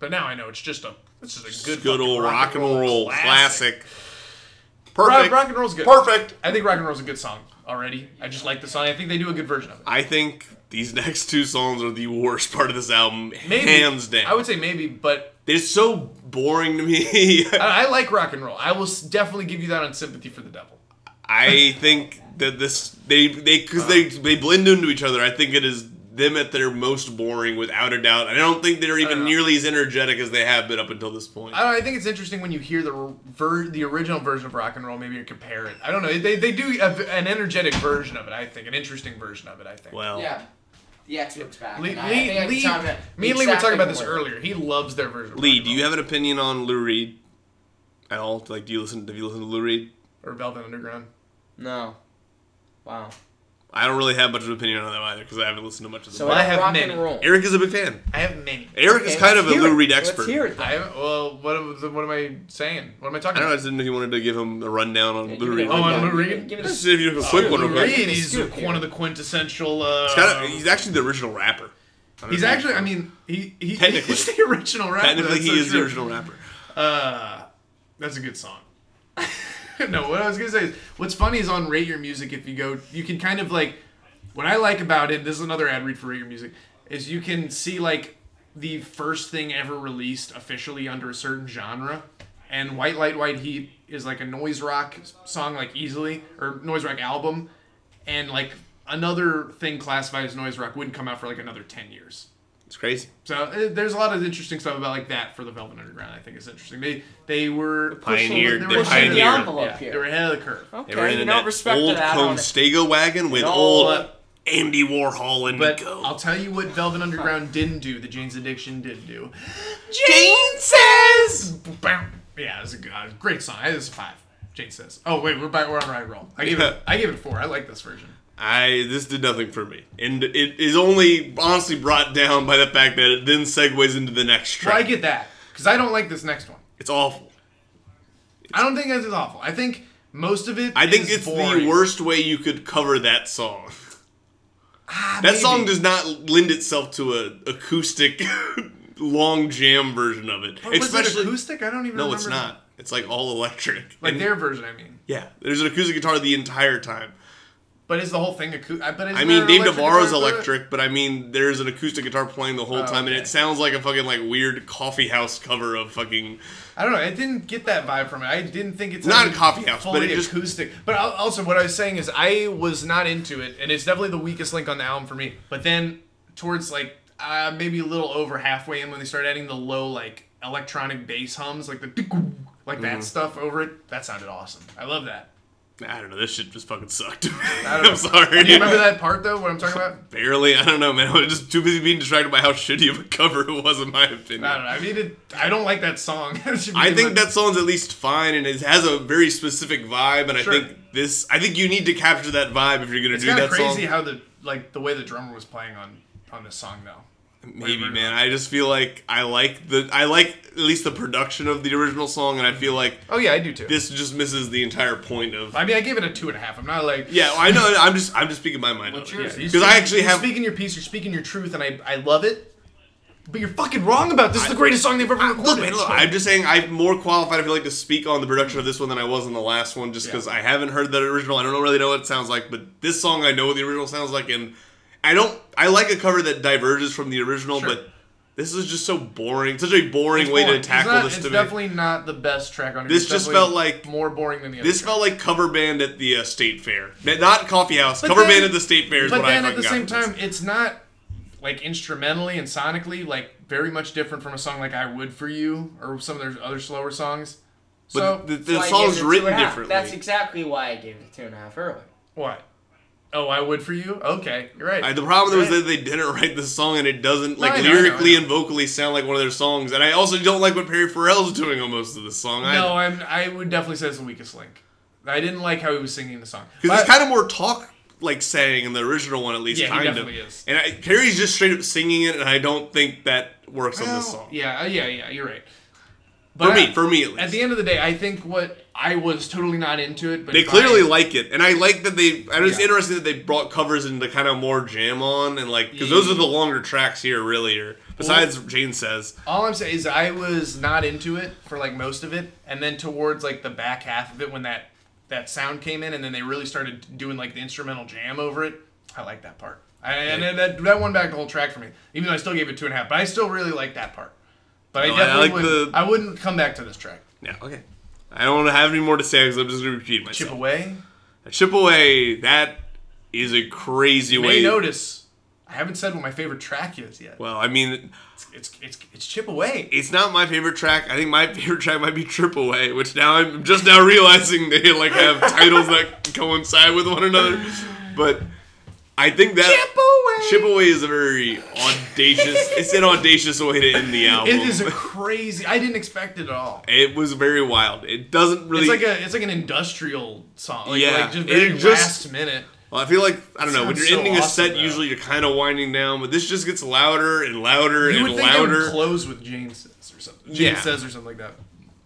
[SPEAKER 2] But now I know it's just a it's just a good
[SPEAKER 3] good
[SPEAKER 2] fucking
[SPEAKER 3] old rock and roll classic.
[SPEAKER 2] Rock,
[SPEAKER 3] Perfect.
[SPEAKER 2] rock and roll's good.
[SPEAKER 3] Perfect.
[SPEAKER 2] I think rock and roll's a good song already. I just like the song. I think they do a good version of it.
[SPEAKER 3] I think these next two songs are the worst part of this album,
[SPEAKER 2] Maybe
[SPEAKER 3] hands down.
[SPEAKER 2] I would say maybe, but
[SPEAKER 3] They're so boring to me.
[SPEAKER 2] I, I like rock and roll. I will s- definitely give you that on Sympathy for the Devil.
[SPEAKER 3] I think that this they they because they they blend into each other. I think it is them at their most boring, without a doubt. I don't think they're even
[SPEAKER 2] know.
[SPEAKER 3] nearly as energetic as they have been up until this point.
[SPEAKER 2] I, don't, know, I think it's interesting when you hear the ver- the original version of rock and roll. Maybe you compare it. I don't know. They, they do a, an energetic version of it. I think an interesting version of it. I think.
[SPEAKER 3] Well,
[SPEAKER 4] Yeah. The expert's back.
[SPEAKER 2] Lee,
[SPEAKER 4] and I- I
[SPEAKER 2] Lee,
[SPEAKER 4] think I can
[SPEAKER 2] Lee,
[SPEAKER 4] time it
[SPEAKER 2] me and Lee were talking about
[SPEAKER 4] exactly
[SPEAKER 2] this
[SPEAKER 4] where-
[SPEAKER 2] earlier. He loves their version. Of
[SPEAKER 3] Lee,
[SPEAKER 2] rock and
[SPEAKER 3] do you have an opinion on Lou Reed at all? Like, do you listen? Have you listened to Lou Reed?
[SPEAKER 2] roll. or Velvet Underground?
[SPEAKER 4] No. Wow.
[SPEAKER 3] I don't really have much of an opinion on them either because I haven't listened to much of them.
[SPEAKER 4] So
[SPEAKER 2] Well, I
[SPEAKER 4] I
[SPEAKER 2] have
[SPEAKER 4] have rock
[SPEAKER 2] many.
[SPEAKER 4] and roll.
[SPEAKER 3] Eric is a big fan.
[SPEAKER 2] I have many.
[SPEAKER 3] Eric is
[SPEAKER 4] Okay,
[SPEAKER 3] kind of a
[SPEAKER 4] let's hear
[SPEAKER 3] Lou
[SPEAKER 4] it.
[SPEAKER 3] Reed expert.
[SPEAKER 4] Let's hear it.
[SPEAKER 2] I have, well, what am, what am I saying? What am I
[SPEAKER 3] I
[SPEAKER 2] talking
[SPEAKER 3] don't know. I
[SPEAKER 2] about?
[SPEAKER 3] just didn't know if you wanted to give him a rundown on Lou
[SPEAKER 4] give
[SPEAKER 3] Reed.
[SPEAKER 4] it a
[SPEAKER 2] Oh, on
[SPEAKER 4] rundown.
[SPEAKER 2] Lou Reed?
[SPEAKER 4] Give it
[SPEAKER 3] Let's
[SPEAKER 4] a
[SPEAKER 3] see if you have a quick
[SPEAKER 4] Oh,
[SPEAKER 3] one.
[SPEAKER 2] Lou
[SPEAKER 3] real quick.
[SPEAKER 2] Reed is
[SPEAKER 4] Scoop here.
[SPEAKER 2] one of the quintessential. Uh,
[SPEAKER 3] He's kinda- he's actually the original rapper. I don't
[SPEAKER 2] he's
[SPEAKER 3] know.
[SPEAKER 2] actually. I mean, he, he
[SPEAKER 3] Technically.
[SPEAKER 2] he's the original rapper.
[SPEAKER 3] technically
[SPEAKER 2] that's
[SPEAKER 3] he
[SPEAKER 2] so
[SPEAKER 3] is the
[SPEAKER 2] true.
[SPEAKER 3] original rapper.
[SPEAKER 2] Uh, that's a good song. no, what I was gonna say is, what's funny is on Rate Your Music. If you go, you can kind of like, what I like about it. This is another ad read for Rate Your Music. Is you can see like the first thing ever released officially under a certain genre, and White Light White Heat is like a noise rock s- song, like easily or noise rock album, and like another thing classified as noise rock wouldn't come out for like another ten years.
[SPEAKER 3] It's crazy.
[SPEAKER 2] So uh, there's a lot of interesting stuff about like that for the Velvet Underground. I think is interesting. They they were
[SPEAKER 3] pioneered-
[SPEAKER 2] They
[SPEAKER 3] they
[SPEAKER 2] were
[SPEAKER 4] pushing
[SPEAKER 2] ahead
[SPEAKER 4] the
[SPEAKER 2] of
[SPEAKER 3] pioneered.
[SPEAKER 2] the-
[SPEAKER 4] envelope
[SPEAKER 2] yeah,
[SPEAKER 4] here.
[SPEAKER 2] They were ahead of the curve.
[SPEAKER 3] They were
[SPEAKER 4] okay,
[SPEAKER 3] in
[SPEAKER 4] you
[SPEAKER 3] that
[SPEAKER 4] don't respect
[SPEAKER 3] old
[SPEAKER 4] that. on it.
[SPEAKER 3] Stego wagon with
[SPEAKER 4] all-
[SPEAKER 3] old Andy Warhol and
[SPEAKER 2] But
[SPEAKER 3] go.
[SPEAKER 2] I'll tell you what Velvet Underground didn't do. The Jane's Addiction did do.
[SPEAKER 4] Jane says.
[SPEAKER 2] Bam. Yeah, it was a good, uh, great song. It was a five. Jane says. Oh wait, we're by, we're on right roll. I gave it I gave it four. I like this version.
[SPEAKER 3] I this did nothing for me, and it is only honestly brought down by the fact that it then segues into the next
[SPEAKER 2] Well,
[SPEAKER 3] track.
[SPEAKER 2] I get that because I don't like this next one.
[SPEAKER 3] It's awful.
[SPEAKER 2] I don't think this is awful. I think most of it.
[SPEAKER 3] I think
[SPEAKER 2] is
[SPEAKER 3] it's
[SPEAKER 2] boring.
[SPEAKER 3] the worst way you could cover that song. that song
[SPEAKER 2] Ah, maybe.
[SPEAKER 3] does not lend itself to a acoustic long jam version of it.
[SPEAKER 2] But was it acoustic? I don't even.
[SPEAKER 3] no,
[SPEAKER 2] remember.
[SPEAKER 3] it's not. It's like all electric.
[SPEAKER 2] Like
[SPEAKER 3] And-
[SPEAKER 2] their version, I mean.
[SPEAKER 3] yeah, there's an acoustic guitar the entire time.
[SPEAKER 2] But is the whole thing acoustic? But is
[SPEAKER 3] I
[SPEAKER 2] there
[SPEAKER 3] mean,
[SPEAKER 2] an
[SPEAKER 3] Dave
[SPEAKER 2] electric
[SPEAKER 3] Navarro's
[SPEAKER 2] guitar for it? Oh,
[SPEAKER 3] electric, but I mean, there's an acoustic guitar playing the whole time, and
[SPEAKER 2] okay.
[SPEAKER 3] it sounds like a fucking like weird coffee house cover of fucking.
[SPEAKER 2] I don't know. I didn't get that vibe from it. I didn't think it's
[SPEAKER 3] Not
[SPEAKER 2] like
[SPEAKER 3] a coffee house, but
[SPEAKER 2] fully
[SPEAKER 3] it just-
[SPEAKER 2] acoustic. But al- also, what I was saying is, I was not into it, and it's definitely the weakest link on the album for me. But then, towards like uh, maybe a little over halfway in, when they start adding the low like electronic bass hums, like the tick-oo, like
[SPEAKER 3] Mm-hmm.
[SPEAKER 2] that stuff over it, that sounded awesome. I love that.
[SPEAKER 3] I don't know. This shit just fucking sucked.
[SPEAKER 2] don't know.
[SPEAKER 3] I'm sorry.
[SPEAKER 2] Do you remember that part though? What I'm talking about?
[SPEAKER 3] Barely. I don't know, man. I was just too busy being distracted by how shitty of a cover it was, in my opinion.
[SPEAKER 2] I don't know. I mean, it, I don't like that song. It should be
[SPEAKER 3] I think
[SPEAKER 2] like-
[SPEAKER 3] that song's at least fine, and it has a very specific vibe. And
[SPEAKER 2] Sure.
[SPEAKER 3] I think this, I think you need to capture that vibe if you're gonna
[SPEAKER 2] it's
[SPEAKER 3] do
[SPEAKER 2] kind
[SPEAKER 3] that
[SPEAKER 2] of crazy
[SPEAKER 3] song.
[SPEAKER 2] how the like the way the drummer was playing on on this song though.
[SPEAKER 3] Maybe, man. I just feel like I like the, I like at least the production of the original song, and I feel like
[SPEAKER 2] Oh yeah, I do too.
[SPEAKER 3] this just misses the entire point of.
[SPEAKER 2] I mean, I gave it a two and a half. I'm not like
[SPEAKER 3] Yeah, well, I know. I'm just, I'm just speaking my mind on
[SPEAKER 4] What's
[SPEAKER 3] it.
[SPEAKER 4] yours?
[SPEAKER 2] You're
[SPEAKER 3] Because I
[SPEAKER 2] speaking-
[SPEAKER 3] actually
[SPEAKER 2] you're
[SPEAKER 3] have.
[SPEAKER 2] speaking your piece. You're speaking your truth, and I I love it. But you're fucking wrong about this. This is the greatest song they've ever recorded.
[SPEAKER 3] Look, man, look, I'm just saying I'm more qualified, I feel like, to speak on the production of this one than I was on the last one, just because I haven't heard the original. I don't really know what it sounds like, but this song I know what the original sounds like, and I don't. I like a cover that diverges from the original,
[SPEAKER 2] Sure.
[SPEAKER 3] but this is just so boring. Such a boring
[SPEAKER 2] It's
[SPEAKER 3] way
[SPEAKER 2] boring.
[SPEAKER 3] to tackle
[SPEAKER 2] it's not,
[SPEAKER 3] this
[SPEAKER 2] It's
[SPEAKER 3] to me.
[SPEAKER 2] definitely not the best track on. here.
[SPEAKER 3] This
[SPEAKER 2] It's
[SPEAKER 3] just
[SPEAKER 2] definitely
[SPEAKER 3] felt like-
[SPEAKER 2] more boring than the other.
[SPEAKER 3] This
[SPEAKER 2] track.
[SPEAKER 3] felt like cover band at the uh, state fair, Na- not coffee house. cover
[SPEAKER 2] then-
[SPEAKER 3] band at the state fair is
[SPEAKER 2] But
[SPEAKER 3] what
[SPEAKER 2] then
[SPEAKER 3] I
[SPEAKER 2] at the
[SPEAKER 3] fucking
[SPEAKER 2] same
[SPEAKER 3] got from
[SPEAKER 2] time, it's not like instrumentally and sonically like very much different from a song like "I Would for You" or some of their other slower songs.
[SPEAKER 3] this.
[SPEAKER 2] so
[SPEAKER 3] But the, the,
[SPEAKER 4] Why I gave it
[SPEAKER 3] song's
[SPEAKER 4] two
[SPEAKER 3] written
[SPEAKER 4] and a half.
[SPEAKER 3] differently.
[SPEAKER 4] That's exactly why I gave it two and a half earlier.
[SPEAKER 2] what? Oh, I would for you. Okay, you're right.
[SPEAKER 3] I, the problem was
[SPEAKER 2] Right.
[SPEAKER 3] that they didn't write the song, and it doesn't like
[SPEAKER 2] I know, I know,
[SPEAKER 3] lyrically
[SPEAKER 2] I know.
[SPEAKER 3] and vocally sound like one of their songs. And I also don't like what Perry Farrell's doing on most of this song.
[SPEAKER 2] No, I'm. I would definitely say it's the weakest link. I didn't like how he was singing the song.
[SPEAKER 3] because
[SPEAKER 2] But-
[SPEAKER 3] it's kind of more talk like saying in the original one at least.
[SPEAKER 2] Yeah, he
[SPEAKER 3] kind
[SPEAKER 2] definitely
[SPEAKER 3] of.
[SPEAKER 2] is.
[SPEAKER 3] And I, Perry's just straight up singing it, and I don't think that works on this
[SPEAKER 2] Well,
[SPEAKER 3] song.
[SPEAKER 2] Yeah, uh, yeah, yeah. You're right.
[SPEAKER 3] For
[SPEAKER 2] But I-
[SPEAKER 3] me, for me at least.
[SPEAKER 2] at the end of the day, I think what I was totally not into it. But
[SPEAKER 3] they
[SPEAKER 2] if
[SPEAKER 3] clearly
[SPEAKER 2] I,
[SPEAKER 3] like it, and I like that they. I was
[SPEAKER 2] Yeah.
[SPEAKER 3] interested that they brought covers into kind of more jam on, and like because those are the longer tracks here, really. Or besides, Jane says.
[SPEAKER 2] All I'm saying is I was not into it for like most of it, and then towards like the back half of it when that that sound came in, and then they really started doing like the instrumental jam over it. I like that part. I, and then that that won back the whole track for me, even though I still gave it two and a half. But I still really like that part. But
[SPEAKER 3] No,
[SPEAKER 2] I
[SPEAKER 3] I
[SPEAKER 2] definitely
[SPEAKER 3] like
[SPEAKER 2] would,
[SPEAKER 3] the-
[SPEAKER 2] I wouldn't come back to this track.
[SPEAKER 3] Yeah, okay. I don't have any more to say because I'm just going to repeat myself.
[SPEAKER 2] Chip away.
[SPEAKER 3] Chip away. That is a crazy
[SPEAKER 2] You
[SPEAKER 3] way.
[SPEAKER 2] may notice I haven't said what my favorite track is yet.
[SPEAKER 3] Well, I mean,
[SPEAKER 2] It's it's it's Chip Away.
[SPEAKER 3] it's not my favorite track. I think my favorite track might be Trip Away, which now I'm just now realizing they like have titles that coincide with one another. But I think that Chip Away, is a very audacious. it's an audacious way to end the album.
[SPEAKER 2] It is a crazy. I didn't expect it at all.
[SPEAKER 3] It was very wild. It doesn't really.
[SPEAKER 2] It's like a it's like an industrial song. Like,
[SPEAKER 3] Yeah,
[SPEAKER 2] like just
[SPEAKER 3] it
[SPEAKER 2] very
[SPEAKER 3] just-
[SPEAKER 2] last minute.
[SPEAKER 3] Well, I feel like I don't know when
[SPEAKER 2] Sounds
[SPEAKER 3] you're
[SPEAKER 2] so
[SPEAKER 3] ending a
[SPEAKER 2] awesome,
[SPEAKER 3] set.
[SPEAKER 2] though.
[SPEAKER 3] Usually you're kind of winding down, but this just gets louder and louder
[SPEAKER 2] You
[SPEAKER 3] and
[SPEAKER 2] would think it
[SPEAKER 3] louder.
[SPEAKER 2] would close with Jane says or something. Jane
[SPEAKER 3] Yeah.
[SPEAKER 2] says or something like that.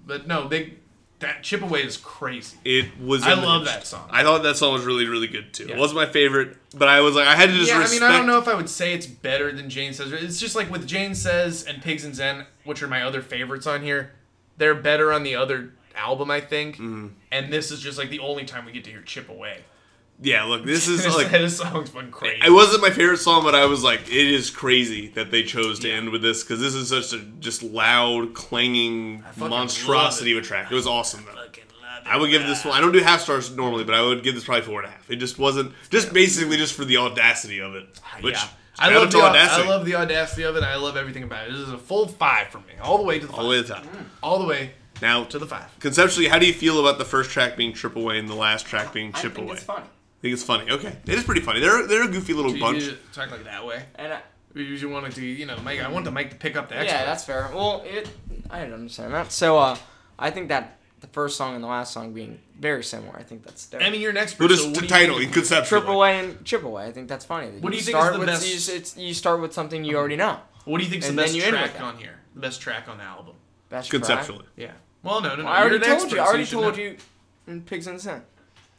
[SPEAKER 2] But no, they that Chip Away is crazy.
[SPEAKER 3] it was.
[SPEAKER 2] I love
[SPEAKER 3] unhinged.
[SPEAKER 2] that song.
[SPEAKER 3] I thought that song was really, really good too.
[SPEAKER 2] Yeah.
[SPEAKER 3] It was my favorite, but I was like, I had to just
[SPEAKER 2] yeah,
[SPEAKER 3] respect.
[SPEAKER 2] I mean, I don't know if I would say it's better than Jane Says. It's just like with Jane Says and Pigs and Zen, which are my other favorites on here. They're better on the other album, I think.
[SPEAKER 3] Mm-hmm.
[SPEAKER 2] And this is just like the only time we get to hear Chip Away.
[SPEAKER 3] Yeah, look, this is
[SPEAKER 2] This,
[SPEAKER 3] like.
[SPEAKER 2] this song's been crazy.
[SPEAKER 3] It wasn't my favorite song, but I was like, it is crazy that they chose to end with this because this is such a just loud, clanging
[SPEAKER 2] fucking
[SPEAKER 3] monstrosity of
[SPEAKER 2] love
[SPEAKER 3] a track. It was awesome though. I would give this one. I don't do half stars normally, but I would give this probably four and a half. It just wasn't just basically just for the audacity of it. Which
[SPEAKER 2] Ah, yeah. I
[SPEAKER 3] shout out
[SPEAKER 2] love,
[SPEAKER 3] to
[SPEAKER 2] the, I love the audacity of it. and I love everything about it. This is a full five for me, all the way to the
[SPEAKER 3] all
[SPEAKER 2] five,
[SPEAKER 3] the way to the top.
[SPEAKER 2] all the way
[SPEAKER 3] Now
[SPEAKER 2] to the five.
[SPEAKER 3] conceptually, how do you feel about the first track being Trip Away and the last track being Chip
[SPEAKER 4] I think
[SPEAKER 3] Away?
[SPEAKER 4] it's funny.
[SPEAKER 3] I think it's funny. Okay, it is pretty funny. They're they're a goofy little
[SPEAKER 2] You
[SPEAKER 3] bunch.
[SPEAKER 2] usually talk like that way.
[SPEAKER 4] And I,
[SPEAKER 2] We usually wanted to, you know, Mike. I want the Mike to pick up the
[SPEAKER 4] yeah,
[SPEAKER 2] extra.
[SPEAKER 4] that's fair. Well, it I didn't understand that. So uh, I think that the first song and the last song being very similar. I think that's dope.
[SPEAKER 2] I mean, you're an expert.
[SPEAKER 3] We'll
[SPEAKER 2] so
[SPEAKER 3] just
[SPEAKER 2] what do you
[SPEAKER 3] title
[SPEAKER 2] think-
[SPEAKER 3] and conceptually.
[SPEAKER 4] Trip away and chip away. I think that's funny.
[SPEAKER 2] What do you think is
[SPEAKER 4] start
[SPEAKER 2] the
[SPEAKER 4] with,
[SPEAKER 2] best-
[SPEAKER 4] You, s- it's, you start with something you already know.
[SPEAKER 2] What do you think's the
[SPEAKER 4] And then
[SPEAKER 2] best
[SPEAKER 4] you end with
[SPEAKER 2] track
[SPEAKER 4] that.
[SPEAKER 2] on here? The best track on the album.
[SPEAKER 4] Best track.
[SPEAKER 3] Conceptually,
[SPEAKER 2] Yeah. Well, no, no, no.
[SPEAKER 4] I already
[SPEAKER 2] You're an
[SPEAKER 4] told
[SPEAKER 2] expert,
[SPEAKER 4] you. I
[SPEAKER 2] so
[SPEAKER 4] already
[SPEAKER 2] should
[SPEAKER 4] told
[SPEAKER 2] know.
[SPEAKER 4] you. In Pigs and Sin.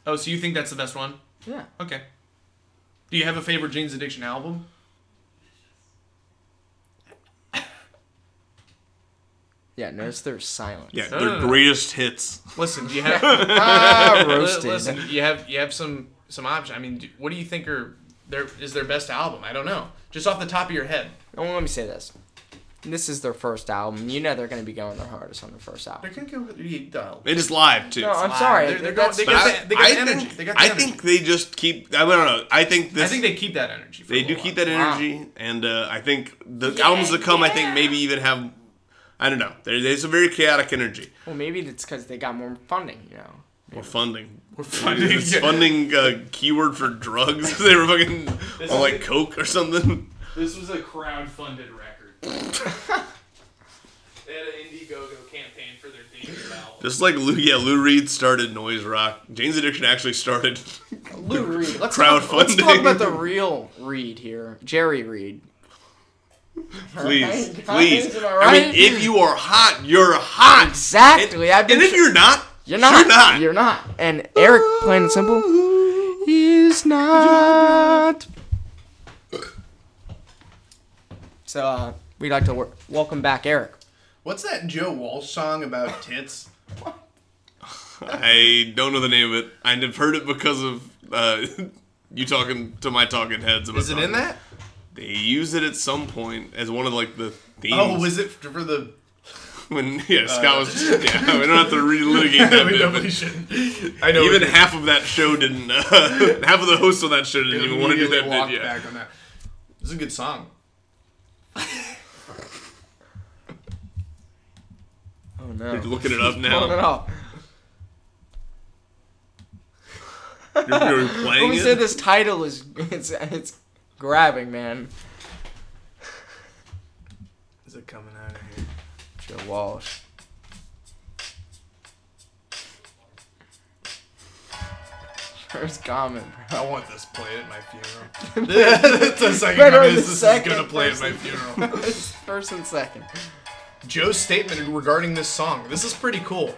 [SPEAKER 2] Oh, so you think that's the best one?
[SPEAKER 4] Yeah.
[SPEAKER 2] Okay. Do you have a favorite Jane's Addiction album?
[SPEAKER 4] Yeah. Notice there's silence.
[SPEAKER 3] yeah,
[SPEAKER 2] No,
[SPEAKER 3] their
[SPEAKER 2] no, no.
[SPEAKER 3] greatest hits.
[SPEAKER 2] Listen, do you have
[SPEAKER 4] Ah,
[SPEAKER 2] li-
[SPEAKER 4] roasted.
[SPEAKER 2] listen, you have you have some some options. I mean, do, what do you think are their is their best album? I don't know. Just off the top of your head,
[SPEAKER 4] Well, let me say this. This is their first album. You know they're going to be going their hardest on their first
[SPEAKER 2] they're
[SPEAKER 4] album.
[SPEAKER 2] gonna go. They're,
[SPEAKER 3] It is live too.
[SPEAKER 4] No, I'm sorry.
[SPEAKER 2] they're going.
[SPEAKER 4] That's-
[SPEAKER 2] They
[SPEAKER 3] But
[SPEAKER 2] got,
[SPEAKER 3] I,
[SPEAKER 2] the, they got
[SPEAKER 3] I
[SPEAKER 2] the energy.
[SPEAKER 3] Think,
[SPEAKER 2] they got the
[SPEAKER 3] I
[SPEAKER 2] energy.
[SPEAKER 3] think they just keep. I don't know. I think this.
[SPEAKER 2] I think they keep that energy. For
[SPEAKER 3] they
[SPEAKER 2] a
[SPEAKER 3] do
[SPEAKER 2] little
[SPEAKER 3] keep
[SPEAKER 2] while.
[SPEAKER 3] that energy, and uh, I think the albums that come, I think maybe even have. I don't know. There, there's a very chaotic energy.
[SPEAKER 4] Well, maybe it's because they got more funding. You know.
[SPEAKER 3] Or funding.
[SPEAKER 2] We're funding.
[SPEAKER 3] Is funding uh, keyword for drugs? they were fucking on like coke or something.
[SPEAKER 2] This was a crowd-funded record. they had an Indiegogo campaign for their debut album.
[SPEAKER 3] Just like Lou, yeah, Lou Reed started noise rock. Jane's Addiction actually started.
[SPEAKER 4] Lou Reed. Let's
[SPEAKER 3] Crowdfunding.
[SPEAKER 4] Talk, let's talk about the real Reed here, Jerry Reed.
[SPEAKER 3] please,
[SPEAKER 4] Right,
[SPEAKER 3] please.
[SPEAKER 4] guys, am I
[SPEAKER 3] I mean,
[SPEAKER 4] right?
[SPEAKER 3] if you are hot, you're hot.
[SPEAKER 4] Exactly. I've been.
[SPEAKER 3] And if you're not,
[SPEAKER 4] You're not.
[SPEAKER 3] You're not.
[SPEAKER 4] You're not. And Eric, plain and simple, is not. So uh, we'd like to w- welcome back Eric.
[SPEAKER 2] What's that Joe Walsh song about tits?
[SPEAKER 3] I don't know the name of it. I've heard it because of uh, you talking to my talking heads. About
[SPEAKER 2] Is it in
[SPEAKER 3] talking.
[SPEAKER 2] that?
[SPEAKER 3] They use it at some point as one of like the themes.
[SPEAKER 2] Oh, was it for the?
[SPEAKER 3] when yeah Scott was yeah. We don't have to relitigate that
[SPEAKER 2] we
[SPEAKER 3] bit. but
[SPEAKER 2] definitely shouldn't. I know.
[SPEAKER 3] Even
[SPEAKER 2] we
[SPEAKER 3] half of that show didn't. Uh, half of the hosts on that show didn't even want to do
[SPEAKER 2] immediately
[SPEAKER 3] that
[SPEAKER 2] walked
[SPEAKER 3] bit. Yeah.
[SPEAKER 2] back on that. This is a good song.
[SPEAKER 4] Oh no.
[SPEAKER 3] You're looking it up
[SPEAKER 4] Oh
[SPEAKER 3] now.
[SPEAKER 4] no.
[SPEAKER 3] You're, you're playing
[SPEAKER 4] Let me
[SPEAKER 3] it.
[SPEAKER 4] say this title is it's it's grabbing, man.
[SPEAKER 2] Is it coming out of here?
[SPEAKER 4] Joe Walsh. First comment, bro.
[SPEAKER 2] I want this played at my funeral. That's the second
[SPEAKER 4] Better
[SPEAKER 2] comment.
[SPEAKER 4] the
[SPEAKER 2] This
[SPEAKER 4] second
[SPEAKER 2] is gonna play at my
[SPEAKER 4] person.
[SPEAKER 2] funeral.
[SPEAKER 4] First and second.
[SPEAKER 2] Joe's statement regarding this song. This is pretty cool.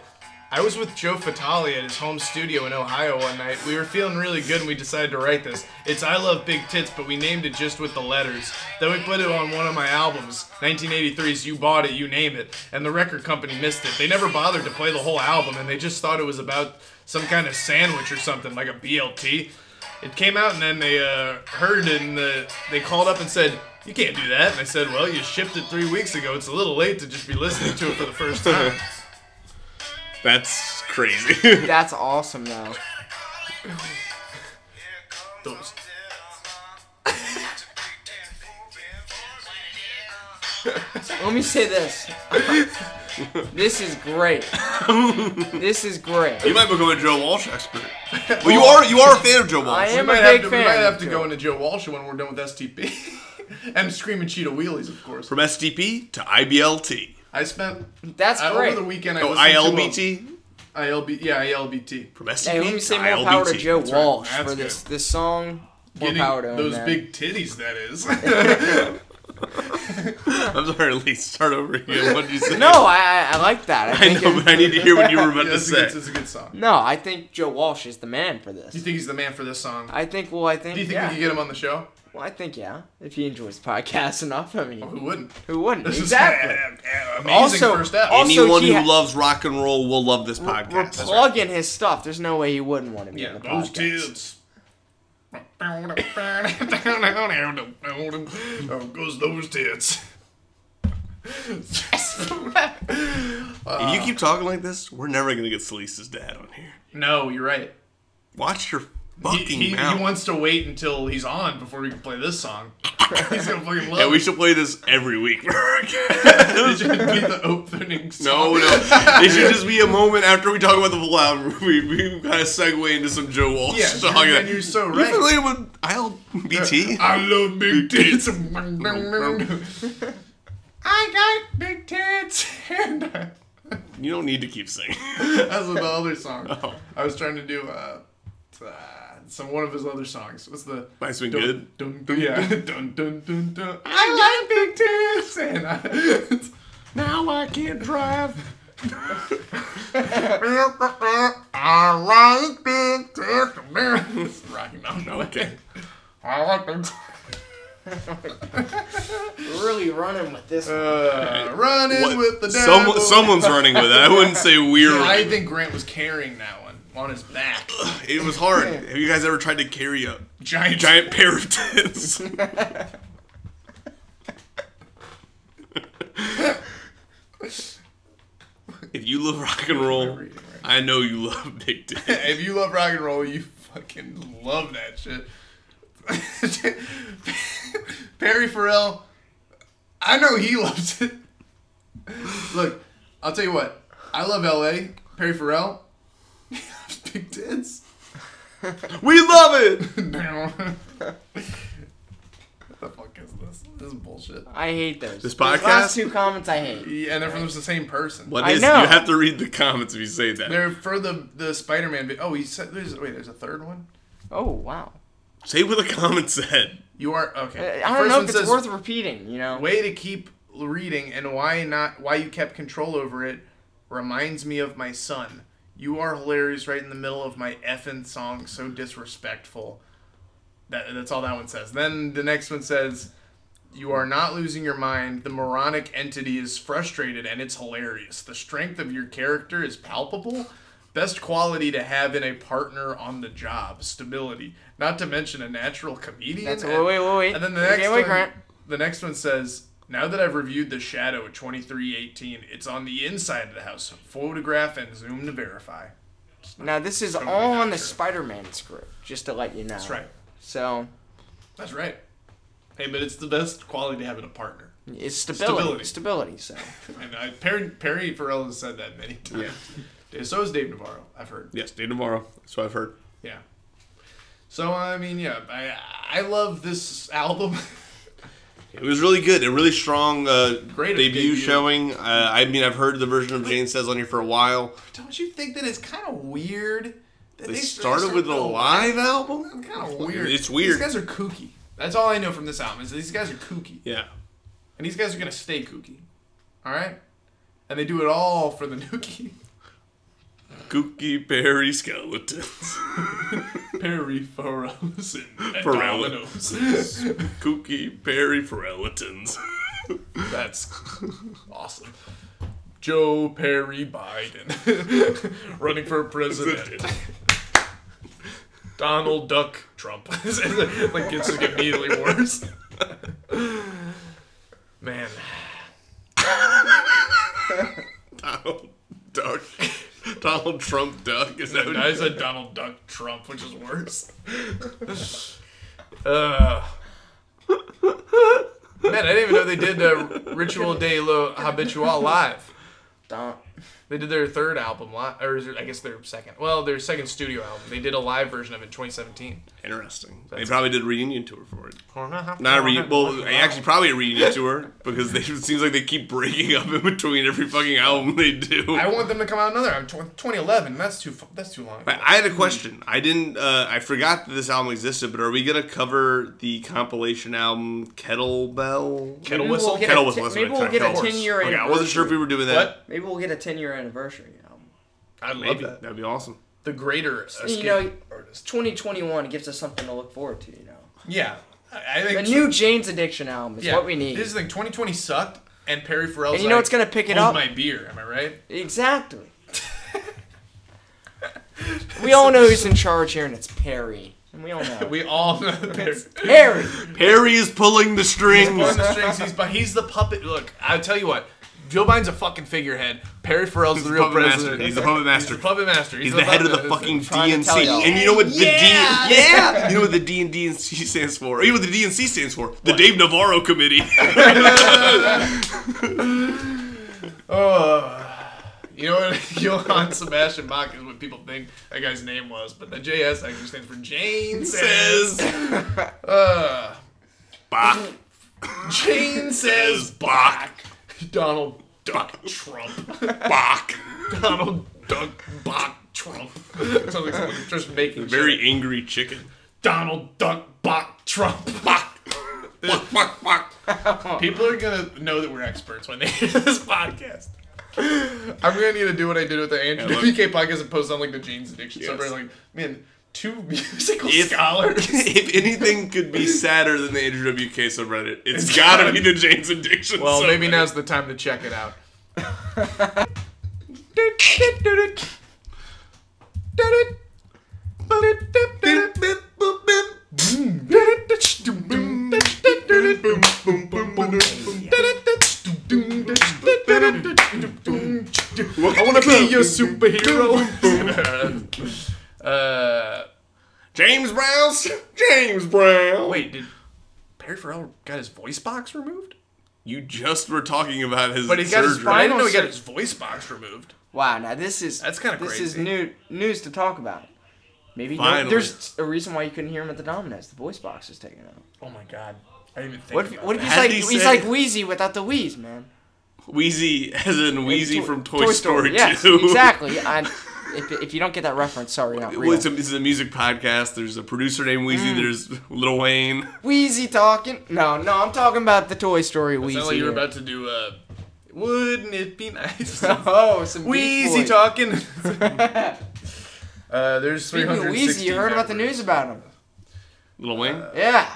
[SPEAKER 2] I was with Joe Fatale at his home studio in Ohio one night. We were feeling really good and we decided to write this. It's I Love Big Tits, but we named it just with the letters. Then we put it on one of my albums, 1983's You Bought It, You Name It, and the record company missed it. They never bothered to play the whole album and they just thought it was about some kind of sandwich or something, like a BLT. It came out, and then they uh, heard it, and the, they called up and said, "You can't do that." And I said, "Well, you shipped it three weeks ago. It's a little late to just be listening to it for the first time."
[SPEAKER 3] That's crazy.
[SPEAKER 4] That's awesome, though.
[SPEAKER 2] Those-
[SPEAKER 4] Let me say this. this is great. This is great.
[SPEAKER 3] you might become a Joe Walsh expert. Well, you are you are a fan of Joe Walsh.
[SPEAKER 4] I am
[SPEAKER 2] we
[SPEAKER 4] a
[SPEAKER 2] might have
[SPEAKER 4] big
[SPEAKER 2] to,
[SPEAKER 4] fan.
[SPEAKER 2] We might have to
[SPEAKER 4] Joe.
[SPEAKER 2] go into Joe Walsh when we're done with STP and screaming cheetah wheelies, of course.
[SPEAKER 3] From SDP to IBLT.
[SPEAKER 2] I spent
[SPEAKER 4] That's
[SPEAKER 2] I,
[SPEAKER 4] great.
[SPEAKER 2] over the weekend. I
[SPEAKER 3] No,
[SPEAKER 2] listened to uh,
[SPEAKER 3] ILBT.
[SPEAKER 2] a- ILB, yeah, ILBT.
[SPEAKER 3] From SDP
[SPEAKER 4] Hey, let me
[SPEAKER 3] to
[SPEAKER 4] say more power to
[SPEAKER 3] ILBT.
[SPEAKER 4] Joe
[SPEAKER 2] That's right.
[SPEAKER 4] Walsh
[SPEAKER 2] That's
[SPEAKER 4] for
[SPEAKER 2] good.
[SPEAKER 4] this this song. More
[SPEAKER 2] Getting
[SPEAKER 4] power to him.
[SPEAKER 2] those
[SPEAKER 4] man.
[SPEAKER 2] big titties, that is.
[SPEAKER 3] I'm sorry, Lee. Start over again. What did you say?
[SPEAKER 4] No, I I- I like that. I,
[SPEAKER 3] I
[SPEAKER 4] think
[SPEAKER 3] know,
[SPEAKER 4] it-
[SPEAKER 3] but I need to hear what you were about
[SPEAKER 2] Yeah,
[SPEAKER 3] to
[SPEAKER 2] that's, a good,
[SPEAKER 3] say.
[SPEAKER 2] that's a good song.
[SPEAKER 4] no, I think Joe Walsh is the man for
[SPEAKER 2] Do you
[SPEAKER 4] this.
[SPEAKER 2] think he's the man for this song?
[SPEAKER 4] I think. Well, I think.
[SPEAKER 2] Do you think
[SPEAKER 4] yeah.
[SPEAKER 2] we could get him on the show?
[SPEAKER 4] Well, I think yeah. If he enjoys podcasts enough, I mean,
[SPEAKER 2] Who wouldn't?
[SPEAKER 4] who wouldn't?
[SPEAKER 2] Oh, This is
[SPEAKER 4] exactly.
[SPEAKER 2] a- a- amazing
[SPEAKER 4] Also-
[SPEAKER 2] first step.
[SPEAKER 4] also-
[SPEAKER 3] Anyone
[SPEAKER 4] he
[SPEAKER 3] who
[SPEAKER 4] ha-
[SPEAKER 3] loves rock and roll will love this
[SPEAKER 4] We're
[SPEAKER 3] podcast.
[SPEAKER 4] plugging his stuff. There's no way he wouldn't want to be in
[SPEAKER 2] yeah,
[SPEAKER 4] the
[SPEAKER 2] those
[SPEAKER 4] podcast.
[SPEAKER 2] tits. oh, goes those tits.
[SPEAKER 3] if you keep talking like this, we're never gonna get Selisa's dad on here.
[SPEAKER 2] No, you're right.
[SPEAKER 3] Watch your
[SPEAKER 2] He,
[SPEAKER 3] fucking
[SPEAKER 2] he, he
[SPEAKER 3] mouth.
[SPEAKER 2] wants to wait until he's on before we can play this song. he's gonna fucking love
[SPEAKER 3] yeah, we
[SPEAKER 2] it.
[SPEAKER 3] should play this every week.
[SPEAKER 2] It should be the opening
[SPEAKER 3] no,
[SPEAKER 2] song.
[SPEAKER 3] no. It should just be a moment after we talk about the full album. We we kind of segue into some Joe Walsh
[SPEAKER 2] Yeah,
[SPEAKER 3] song.
[SPEAKER 2] you're- and you're so
[SPEAKER 3] You
[SPEAKER 2] right.
[SPEAKER 3] familiar with ILBT?
[SPEAKER 2] I love big tits. I got big tits. And I,
[SPEAKER 3] you don't need to keep singing.
[SPEAKER 2] that's the other song.
[SPEAKER 3] Oh.
[SPEAKER 2] I was trying to do uh, uh, some one of his other songs. What's the
[SPEAKER 3] Nice and
[SPEAKER 2] dun,
[SPEAKER 3] good.
[SPEAKER 2] Dun, dun, yeah. dun, dun, dun, dun. I like big tits. And I, now I can't drive. I like big tits. Rocky Mountain.
[SPEAKER 3] Okay.
[SPEAKER 2] I like big tits.
[SPEAKER 4] Really running with this.
[SPEAKER 2] Uh, running
[SPEAKER 3] What-
[SPEAKER 2] with the
[SPEAKER 3] some-
[SPEAKER 2] devil.
[SPEAKER 3] someone's running with it. I wouldn't say we're.
[SPEAKER 2] I think Grant was carrying that one on his back.
[SPEAKER 3] It was hard. Have you guys ever tried to carry a
[SPEAKER 2] Giant,
[SPEAKER 3] giant pair of tits? if you love rock and roll, I know you love big tits.
[SPEAKER 2] If you love rock and roll, you fucking love that shit. Perry Farrell, I know he loves it. Look, I'll tell you what. I love L.A. Perry Farrell. Big tits.
[SPEAKER 3] We love it.
[SPEAKER 2] what the fuck is this? This is bullshit.
[SPEAKER 4] I hate those.
[SPEAKER 3] This
[SPEAKER 4] Those last
[SPEAKER 3] podcast?
[SPEAKER 4] two comments I hate.
[SPEAKER 2] Yeah, and they're from the same person.
[SPEAKER 3] What
[SPEAKER 4] I
[SPEAKER 3] is?
[SPEAKER 4] know.
[SPEAKER 3] You have to read the comments if you say that.
[SPEAKER 2] They're for the the Spider-Man. vi- Oh, he said. There's, wait, there's a third one.
[SPEAKER 4] Oh wow.
[SPEAKER 3] say what the comments said.
[SPEAKER 2] You are
[SPEAKER 4] Uh,
[SPEAKER 2] okay.
[SPEAKER 4] I
[SPEAKER 2] The
[SPEAKER 4] don't
[SPEAKER 2] first
[SPEAKER 4] know
[SPEAKER 2] one
[SPEAKER 4] if it's
[SPEAKER 2] says,
[SPEAKER 4] worth repeating. You know.
[SPEAKER 2] Way to keep reading and why not? Why you kept control over it reminds me of my son. You are hilarious right in the middle of my effing song. So disrespectful. That, that's all that one says. Then the next one says, "You are not losing your mind. The moronic entity is frustrated and it's hilarious. The strength of your character is palpable." Best quality to have in a partner on the job, stability. Not to mention a natural comedian.
[SPEAKER 4] That's
[SPEAKER 2] and-
[SPEAKER 4] wait, wait, wait.
[SPEAKER 2] and then the
[SPEAKER 4] Okay,
[SPEAKER 2] next
[SPEAKER 4] wait,
[SPEAKER 2] one,
[SPEAKER 4] Grant.
[SPEAKER 2] the next one says, "Now that I've reviewed the shadow at 2318, it's on the inside of the house. Photograph and zoom to verify."
[SPEAKER 4] Now this is
[SPEAKER 2] Totally
[SPEAKER 4] all
[SPEAKER 2] not
[SPEAKER 4] on the
[SPEAKER 2] true.
[SPEAKER 4] Spider-Man script, just to let you know.
[SPEAKER 2] That's right.
[SPEAKER 4] So
[SPEAKER 2] That's right. Hey, but it's the best quality to have in a partner.
[SPEAKER 4] it's stability. Stability.
[SPEAKER 2] Stability.
[SPEAKER 4] so
[SPEAKER 2] And I, Perry, Perry Farrell has said that many times. So is Dave Navarro. I've heard.
[SPEAKER 3] Yes, day tomorrow. That's what I've heard.
[SPEAKER 2] Yeah. So I mean, yeah, I I love this album.
[SPEAKER 3] It was really good. A really strong uh,
[SPEAKER 2] Great
[SPEAKER 3] debut,
[SPEAKER 2] debut.
[SPEAKER 3] showing. Uh, I mean, I've heard the version of Jane Says on here for a while.
[SPEAKER 2] Don't you think that it's kind of weird? That
[SPEAKER 3] They started with a
[SPEAKER 2] lot.
[SPEAKER 3] live album.
[SPEAKER 2] kind of weird.
[SPEAKER 3] It's weird.
[SPEAKER 2] These guys are kooky. That's all I know from this album is these guys are kooky,
[SPEAKER 3] Yeah,
[SPEAKER 2] and these guys are gonna stay kooky. All right, and they do it all for the nookie.
[SPEAKER 3] Kooky Perry Skeletons,
[SPEAKER 2] Periphorals and
[SPEAKER 3] Pharrell.
[SPEAKER 2] dominoes.
[SPEAKER 3] Kooky Perry Skeletons.
[SPEAKER 2] That's awesome. Joe Perry Biden running for president. Donald Duck Trump. like it's just immediately worse. Man,
[SPEAKER 3] Donald Duck. Donald Trump Duck. Is that what
[SPEAKER 2] I
[SPEAKER 3] you
[SPEAKER 2] said Donald Duck Trump, which is worse. Uh, man, I didn't even know they did uh, Ritual de lo Habitual live.
[SPEAKER 4] Don't.
[SPEAKER 2] They did their third album, li- or is it- I guess their second. Well, their second studio album. They did a live version of it in 2017.
[SPEAKER 3] Interesting. They probably did a reunion tour for it. Not
[SPEAKER 2] Not
[SPEAKER 3] a reunion. Well, actually, probably a reunion tour because they, it seems like they keep breaking up in between every fucking album they do.
[SPEAKER 2] I want them to come out another. I'm tw- 2011. That's too. fu- That's too long.
[SPEAKER 3] I I had a question. I didn't. Uh, I forgot that this album existed, but are we gonna cover the compilation album Kettlebell?
[SPEAKER 2] Kettle whistle.
[SPEAKER 4] get
[SPEAKER 3] Kettle
[SPEAKER 4] a
[SPEAKER 3] Whistle.
[SPEAKER 4] ti-
[SPEAKER 3] that's
[SPEAKER 4] maybe
[SPEAKER 3] what I
[SPEAKER 4] we'll get a
[SPEAKER 3] thought.
[SPEAKER 4] 10-year
[SPEAKER 3] Okay, I wasn't sure if we were doing that.
[SPEAKER 4] Maybe we'll get a 10 year anniversary album.
[SPEAKER 2] I love
[SPEAKER 3] Maybe
[SPEAKER 2] that.
[SPEAKER 3] that'd be awesome.
[SPEAKER 2] The greater escape
[SPEAKER 4] You know,
[SPEAKER 2] artist.
[SPEAKER 4] 2021 gives us something to look forward to, you know.
[SPEAKER 2] Yeah, I I think
[SPEAKER 4] The new Jane's Addiction album is
[SPEAKER 2] yeah.
[SPEAKER 4] what we need.
[SPEAKER 2] This is the thing. 2020 sucked, and Perry Farrell's.
[SPEAKER 4] And you know
[SPEAKER 2] like,
[SPEAKER 4] what's gonna pick it
[SPEAKER 2] "Hold
[SPEAKER 4] up?"
[SPEAKER 2] My beer. Am I right?
[SPEAKER 4] Exactly. we all know who's in charge here, and it's Perry. And we all know.
[SPEAKER 2] We all know Perry.
[SPEAKER 4] Perry!
[SPEAKER 3] Perry is pulling the strings.
[SPEAKER 2] pulling the strings. He's but he's the puppet. Look, I'll tell you what. Joe Biden's a fucking figurehead. Perry Farrell's the
[SPEAKER 3] the
[SPEAKER 2] real
[SPEAKER 3] puppet master.
[SPEAKER 2] president.
[SPEAKER 3] He's the puppet master.
[SPEAKER 2] He's the puppet master.
[SPEAKER 3] He's the head of the
[SPEAKER 2] puppet.
[SPEAKER 3] fucking
[SPEAKER 4] trying to tell
[SPEAKER 3] DNC.
[SPEAKER 4] y'all.
[SPEAKER 3] And you know what the
[SPEAKER 4] Yeah.
[SPEAKER 3] D Yeah. You know what the D and D and C stands for? Or you know what the D and C stands for? The Dave Navarro Committee.
[SPEAKER 2] Oh. You know what? Johann Sebastian Bach is what people think that guy's name was, but the JS actually stands for Jane says.
[SPEAKER 3] Says
[SPEAKER 2] Uh,
[SPEAKER 3] Bach.
[SPEAKER 2] Jane says Bach. Donald Duck Trump.
[SPEAKER 3] Bach.
[SPEAKER 2] Donald Duck Bach Trump. Sounds like someone's just making shit.
[SPEAKER 3] Very angry chicken.
[SPEAKER 2] Donald Duck Bach Trump.
[SPEAKER 3] Bach. Bach. Bach. Bach.
[SPEAKER 2] People are gonna know that we're experts when they hear this podcast. I'm gonna need to do what I did with the Andrew
[SPEAKER 3] Yeah, look.
[SPEAKER 2] WK podcast and post on like the Jane's Addiction.
[SPEAKER 3] Yes.
[SPEAKER 2] So i like, man, two musical
[SPEAKER 3] If-
[SPEAKER 2] scholars.
[SPEAKER 3] if anything could be sadder than the Andrew WK subreddit, it's gotta be the James Addiction.
[SPEAKER 2] Well, maybe
[SPEAKER 3] subreddit.
[SPEAKER 2] now's the time to check it out. I wanna be your superhero. uh,
[SPEAKER 3] James Brown. James Brown.
[SPEAKER 2] wait, did Perry Farrell got his voice box removed?
[SPEAKER 3] you just were talking about his
[SPEAKER 2] But he got
[SPEAKER 3] surgery.
[SPEAKER 2] his. I didn't know he got
[SPEAKER 4] surgery.
[SPEAKER 2] his voice box removed.
[SPEAKER 4] Wow, now this is
[SPEAKER 2] That's kinda
[SPEAKER 4] this is
[SPEAKER 2] crazy.
[SPEAKER 4] new news to talk about. Maybe no-
[SPEAKER 3] Finally.
[SPEAKER 4] there's a reason why you couldn't hear him at the Domino's. The voice box is taken out.
[SPEAKER 2] Oh my god, I didn't even think.
[SPEAKER 4] What if, what if he's
[SPEAKER 3] Had
[SPEAKER 4] like
[SPEAKER 3] he
[SPEAKER 4] he's
[SPEAKER 3] said-
[SPEAKER 4] like Wheezy without the wheeze, man?
[SPEAKER 3] Wheezy, as in Wheezy
[SPEAKER 4] Toy-
[SPEAKER 3] from Toy, Story,
[SPEAKER 4] Yes,
[SPEAKER 3] 2.
[SPEAKER 4] exactly. I, if, if you don't get that reference, sorry, not
[SPEAKER 3] Well,
[SPEAKER 4] real.
[SPEAKER 3] it's a, it's a music podcast. There's a producer named Wheezy. There's Lil Wayne.
[SPEAKER 4] Wheezy talking? No, no, I'm talking about the Toy Story Wheezy.
[SPEAKER 2] Sound like you were
[SPEAKER 4] here.
[SPEAKER 2] about to do. Uh, wouldn't it be nice?
[SPEAKER 4] oh, some Beach
[SPEAKER 2] Wheezy
[SPEAKER 4] Boys.
[SPEAKER 2] talking. uh, there's
[SPEAKER 4] Speaking of
[SPEAKER 2] 360.
[SPEAKER 4] Wheezy, you heard about the news about him?
[SPEAKER 3] Lil Wayne?
[SPEAKER 4] Yeah,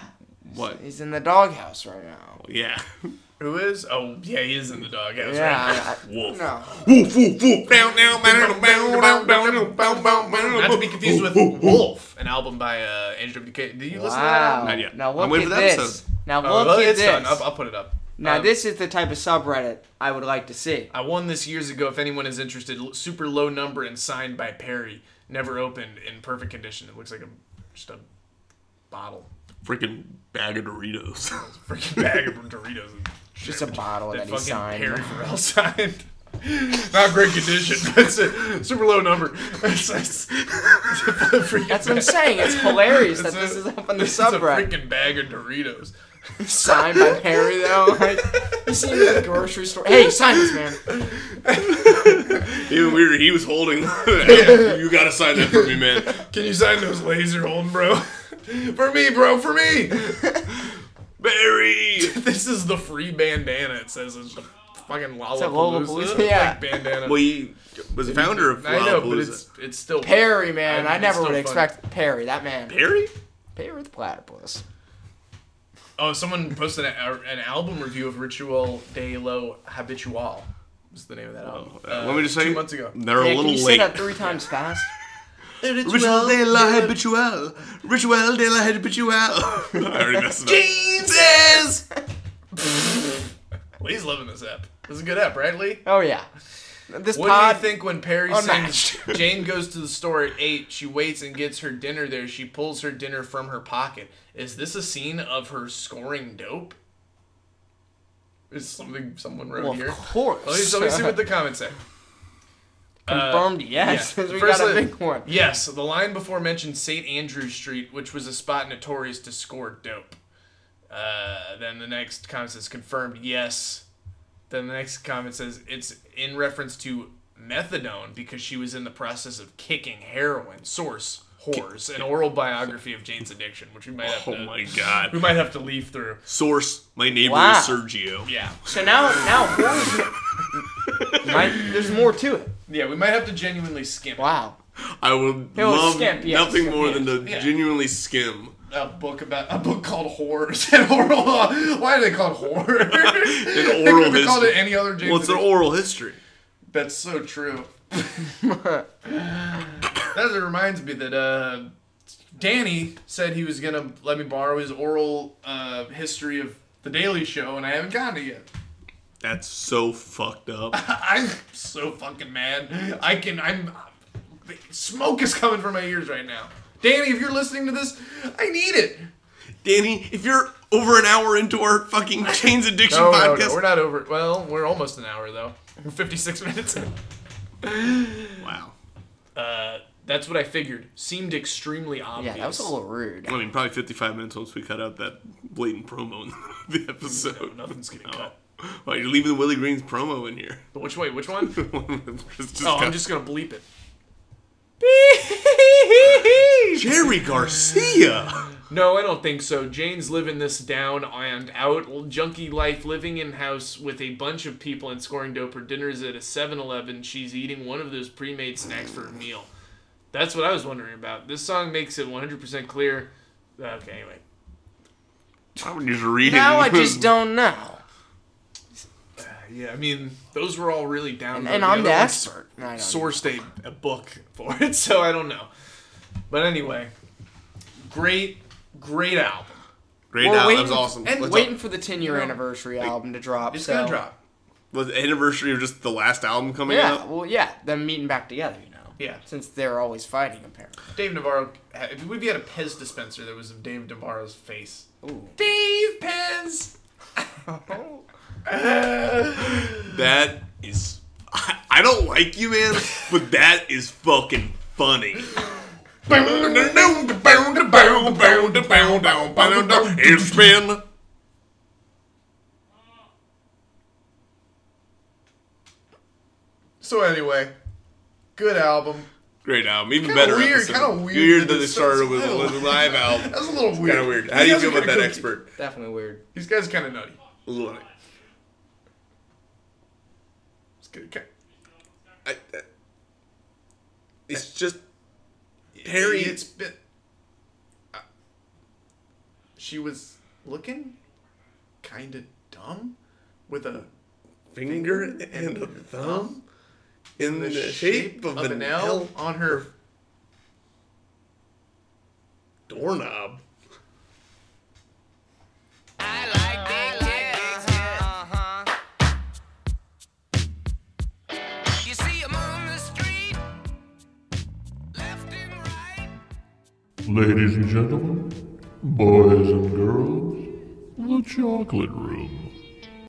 [SPEAKER 3] what?
[SPEAKER 4] he's in the doghouse right now.
[SPEAKER 3] Yeah.
[SPEAKER 2] Who is? Oh yeah, he is in the doghouse. Right?
[SPEAKER 4] Yeah, I,
[SPEAKER 3] Wolf.
[SPEAKER 4] no.
[SPEAKER 3] Woof, woof, woof. Bow, now, bow, bow, bow, bow, bow, bow, bow.
[SPEAKER 2] Not to be confused with Wolf, an album by uh, Andrew WK. Did you listen to that?
[SPEAKER 4] Wow.
[SPEAKER 2] album?
[SPEAKER 3] Not yet.
[SPEAKER 4] Now
[SPEAKER 3] I'm
[SPEAKER 4] look
[SPEAKER 3] waiting
[SPEAKER 4] at
[SPEAKER 3] for that
[SPEAKER 4] this.
[SPEAKER 3] episode.
[SPEAKER 4] Now
[SPEAKER 2] Oh,
[SPEAKER 4] look
[SPEAKER 2] well,
[SPEAKER 4] at
[SPEAKER 2] it's
[SPEAKER 4] this.
[SPEAKER 2] done. I'll, I'll put it up.
[SPEAKER 4] Now
[SPEAKER 2] Um,
[SPEAKER 4] this is the type of subreddit I would like to see.
[SPEAKER 2] I won this years ago. If anyone is interested, L- super low number and signed by Perry. Never opened in perfect condition. It looks like a just a bottle,
[SPEAKER 3] Freaking bag of Doritos.
[SPEAKER 2] freaking bag of Doritos.
[SPEAKER 4] Just a bottle that,
[SPEAKER 2] That
[SPEAKER 4] he
[SPEAKER 2] fucking
[SPEAKER 4] signed.
[SPEAKER 2] Perry Farrell signed. Not great condition. but It's a super low number. It's, it's, it's a freaking
[SPEAKER 4] That's what I'm saying. It's hilarious that
[SPEAKER 2] It's
[SPEAKER 4] this
[SPEAKER 2] a-
[SPEAKER 4] is up on the
[SPEAKER 2] This is a
[SPEAKER 4] subreddit.
[SPEAKER 2] freaking bag of Doritos.
[SPEAKER 4] Signed by Perry though. Like, you see him at the grocery store. Hey, sign this man.
[SPEAKER 3] Even weirder, he was holding. you gotta sign that for me, man.
[SPEAKER 2] Can you sign those laser holding, bro? For me, bro, for me.
[SPEAKER 3] Barry!
[SPEAKER 2] This is the free bandana. It says it's the fucking Lollapalooza.
[SPEAKER 4] Lollapalooza, yeah.
[SPEAKER 2] Like bandana.
[SPEAKER 3] Well, he was the founder of
[SPEAKER 2] I know, but
[SPEAKER 3] Lollapalooza.
[SPEAKER 2] it's it's still
[SPEAKER 4] Perry man. I,
[SPEAKER 2] mean, it's
[SPEAKER 4] never
[SPEAKER 2] still
[SPEAKER 4] would
[SPEAKER 2] funny.
[SPEAKER 4] expect Perry, that man.
[SPEAKER 3] Barry?
[SPEAKER 4] Perry the platypus.
[SPEAKER 2] Oh, someone posted a, an album review of Ritual de lo Habitual. Was the name of that album?
[SPEAKER 3] Uh, let me just say,
[SPEAKER 2] two months ago.
[SPEAKER 3] they're
[SPEAKER 4] Yeah,
[SPEAKER 3] a
[SPEAKER 4] can you
[SPEAKER 3] little
[SPEAKER 4] say
[SPEAKER 3] late.
[SPEAKER 4] that three times fast?
[SPEAKER 3] Ritual de la habitual. Ritual de la habitual. I already messed it
[SPEAKER 2] Jesus! Lee's loving this app. This is a good app, right, Lee?
[SPEAKER 4] Oh yeah. This
[SPEAKER 2] What
[SPEAKER 4] pod.
[SPEAKER 2] do you think when Perry sings
[SPEAKER 4] unmatched.
[SPEAKER 2] Jane goes to the store at 8, she waits and gets her dinner there. She pulls her dinner from her pocket. Is this a scene of her scoring dope? Is something someone wrote
[SPEAKER 4] Well, of
[SPEAKER 2] here?
[SPEAKER 4] course.
[SPEAKER 2] Let me, let me see what the comments say.
[SPEAKER 4] Confirmed yes.
[SPEAKER 2] Uh, yeah.
[SPEAKER 4] we
[SPEAKER 2] First
[SPEAKER 4] got a
[SPEAKER 2] line-
[SPEAKER 4] big one.
[SPEAKER 2] Yes, the line before mentioned St. Andrew Street, which was a spot notorious to score dope. Uh, then the next comment says confirmed yes. Then the next comment says it's in reference to methadone because she was in the process of kicking heroin. Source whores, an oral biography of Jane's addiction, which we might have
[SPEAKER 3] up.
[SPEAKER 2] to
[SPEAKER 3] Oh my
[SPEAKER 2] we
[SPEAKER 3] god.
[SPEAKER 2] might have to leaf through.
[SPEAKER 3] Source, my neighbor
[SPEAKER 4] Wow.
[SPEAKER 3] is Sergio.
[SPEAKER 2] Yeah,
[SPEAKER 4] So now, now horror. Right? There's more to it.
[SPEAKER 2] yeah, we might have to genuinely skim
[SPEAKER 4] Wow.
[SPEAKER 3] I would
[SPEAKER 4] He'll
[SPEAKER 3] love
[SPEAKER 4] skip, yeah,
[SPEAKER 3] nothing
[SPEAKER 4] skip,
[SPEAKER 3] more
[SPEAKER 4] yeah,
[SPEAKER 3] than to
[SPEAKER 2] yeah.
[SPEAKER 3] genuinely skim.
[SPEAKER 2] a book about a book called Whores and Oral. Why are they called Whores? they
[SPEAKER 3] oral
[SPEAKER 2] could've called it
[SPEAKER 3] history.
[SPEAKER 2] any other James.
[SPEAKER 3] Well, it's their
[SPEAKER 2] Addiction.
[SPEAKER 3] oral history.
[SPEAKER 2] That's so true. that reminds me that uh, Danny said he was gonna let me borrow his oral uh, history of the Daily Show, and I haven't gotten it yet.
[SPEAKER 3] That's so fucked up.
[SPEAKER 2] I'm so fucking mad. I can. I'm. Smoke is coming from my ears right now. Danny, if you're listening to this, I need it.
[SPEAKER 3] Danny, if you're over an hour into our fucking Chains Addiction
[SPEAKER 2] No, no,
[SPEAKER 3] podcast,
[SPEAKER 2] no, we're not over. Well, we're almost an hour though. We're 56 minutes. in.
[SPEAKER 3] wow.
[SPEAKER 2] That's what I figured. Seemed extremely obvious.
[SPEAKER 4] Yeah, that was a little rude.
[SPEAKER 3] I mean, probably 55 minutes once we cut out that blatant promo in the episode.
[SPEAKER 2] Nothing's getting
[SPEAKER 3] Oh.
[SPEAKER 2] cut.
[SPEAKER 3] Wow, you're leaving the Willie Green's promo in here.
[SPEAKER 2] But which way? Which one?
[SPEAKER 3] It's just
[SPEAKER 2] Oh, I'm
[SPEAKER 3] got-
[SPEAKER 2] just gonna bleep it.
[SPEAKER 3] Jerry Garcia.
[SPEAKER 2] No, I don't think so. Jane's living this down and out junkie life, living in house with a bunch of people and scoring dope. Her dinner's at a 7-Eleven. She's eating one of those pre-made snacks for her meal. That's what I was wondering about. This song makes it 100% clear. Uh, Okay, anyway.
[SPEAKER 3] I'm just reading.
[SPEAKER 4] Now I just don't know.
[SPEAKER 2] Yeah, I mean, those were all really down.
[SPEAKER 4] And,
[SPEAKER 2] though.
[SPEAKER 4] and I'm
[SPEAKER 2] other
[SPEAKER 4] the
[SPEAKER 2] ones
[SPEAKER 4] expert. I don't know.
[SPEAKER 2] sourced a, a book for it, so I don't know. But anyway, great, great album.
[SPEAKER 3] Great
[SPEAKER 4] We're
[SPEAKER 3] out. That was
[SPEAKER 4] waiting-
[SPEAKER 3] awesome.
[SPEAKER 2] and
[SPEAKER 3] Let's
[SPEAKER 4] Waiting for the 10 year
[SPEAKER 2] You know,
[SPEAKER 4] anniversary album to drop.
[SPEAKER 2] It's
[SPEAKER 4] so.
[SPEAKER 2] gonna drop.
[SPEAKER 3] Was the anniversary of just the last album coming
[SPEAKER 4] Yeah,
[SPEAKER 3] out?
[SPEAKER 4] well, yeah, them meeting back together, you know.
[SPEAKER 2] Yeah.
[SPEAKER 4] Since they're always fighting, apparently.
[SPEAKER 2] Dave Navarro. If we'd be at a Pez dispenser, there was of Dave Navarro's face.
[SPEAKER 4] Ooh.
[SPEAKER 2] Dave Pez.
[SPEAKER 3] That is. I, I don't like you, man, but that is fucking funny. It's been.
[SPEAKER 2] So anyway, good album.
[SPEAKER 3] Great album, even
[SPEAKER 2] Kinda
[SPEAKER 3] better.
[SPEAKER 2] weird,
[SPEAKER 3] episode.
[SPEAKER 2] kinda weird
[SPEAKER 3] Weird
[SPEAKER 2] that
[SPEAKER 3] that
[SPEAKER 2] it
[SPEAKER 3] they started with a
[SPEAKER 2] starts with-
[SPEAKER 3] live album.
[SPEAKER 2] That was a little weird.
[SPEAKER 3] Kind of weird. How do you
[SPEAKER 2] guys
[SPEAKER 3] feel
[SPEAKER 2] are
[SPEAKER 3] about that
[SPEAKER 2] kinda kooky.
[SPEAKER 3] expert?
[SPEAKER 4] Definitely weird.
[SPEAKER 2] These guys are kind of nutty.
[SPEAKER 3] Love it.
[SPEAKER 2] It's good. Okay.
[SPEAKER 3] I, I- it's just Perry.
[SPEAKER 2] It's been. I- She was looking kind of dumb with a
[SPEAKER 3] finger and a thumb in
[SPEAKER 2] the, shape, of, an L on her.
[SPEAKER 3] doorknob.
[SPEAKER 9] You see him on the street, left and right.
[SPEAKER 1] Ladies and gentlemen, boys and girls, the chocolate room.